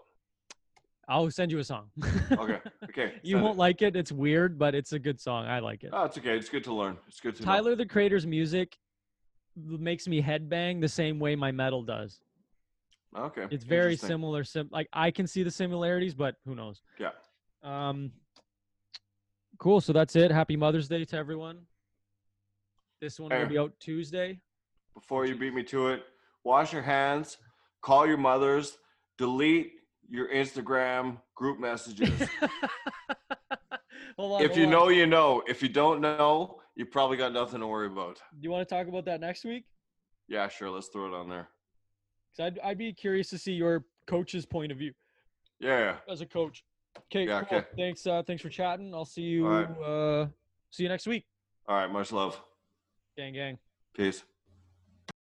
I'll send you a song. [LAUGHS] Okay. Okay. you send won't it. like it. It's weird, but it's a good song. I like it. Oh, it's okay. It's good to learn. It's good to know. Tyler the Creator's music makes me headbang the same way my metal does. Okay. It's very interesting. similar. Sim- like I can see the similarities, but who knows? Yeah. Um. Cool. So that's it. Happy Mother's Day to everyone. This one will Fair. be out Tuesday. [LAUGHS] Before you beat me to it, wash your hands, call your mothers, delete your Instagram group messages. [LAUGHS] hold on. if hold you on. know, you know. If you don't know, you probably got nothing to worry about. do you want to talk about that next week? Yeah, sure. Let's throw it on there. 'Cause I'd I'd be curious to see your coach's point of view Yeah. as a coach. Okay. Yeah, cool. okay. Thanks. Uh, thanks for chatting. I'll see you. All right. Uh, see you next week. All right. Much love. Gang, gang. Peace.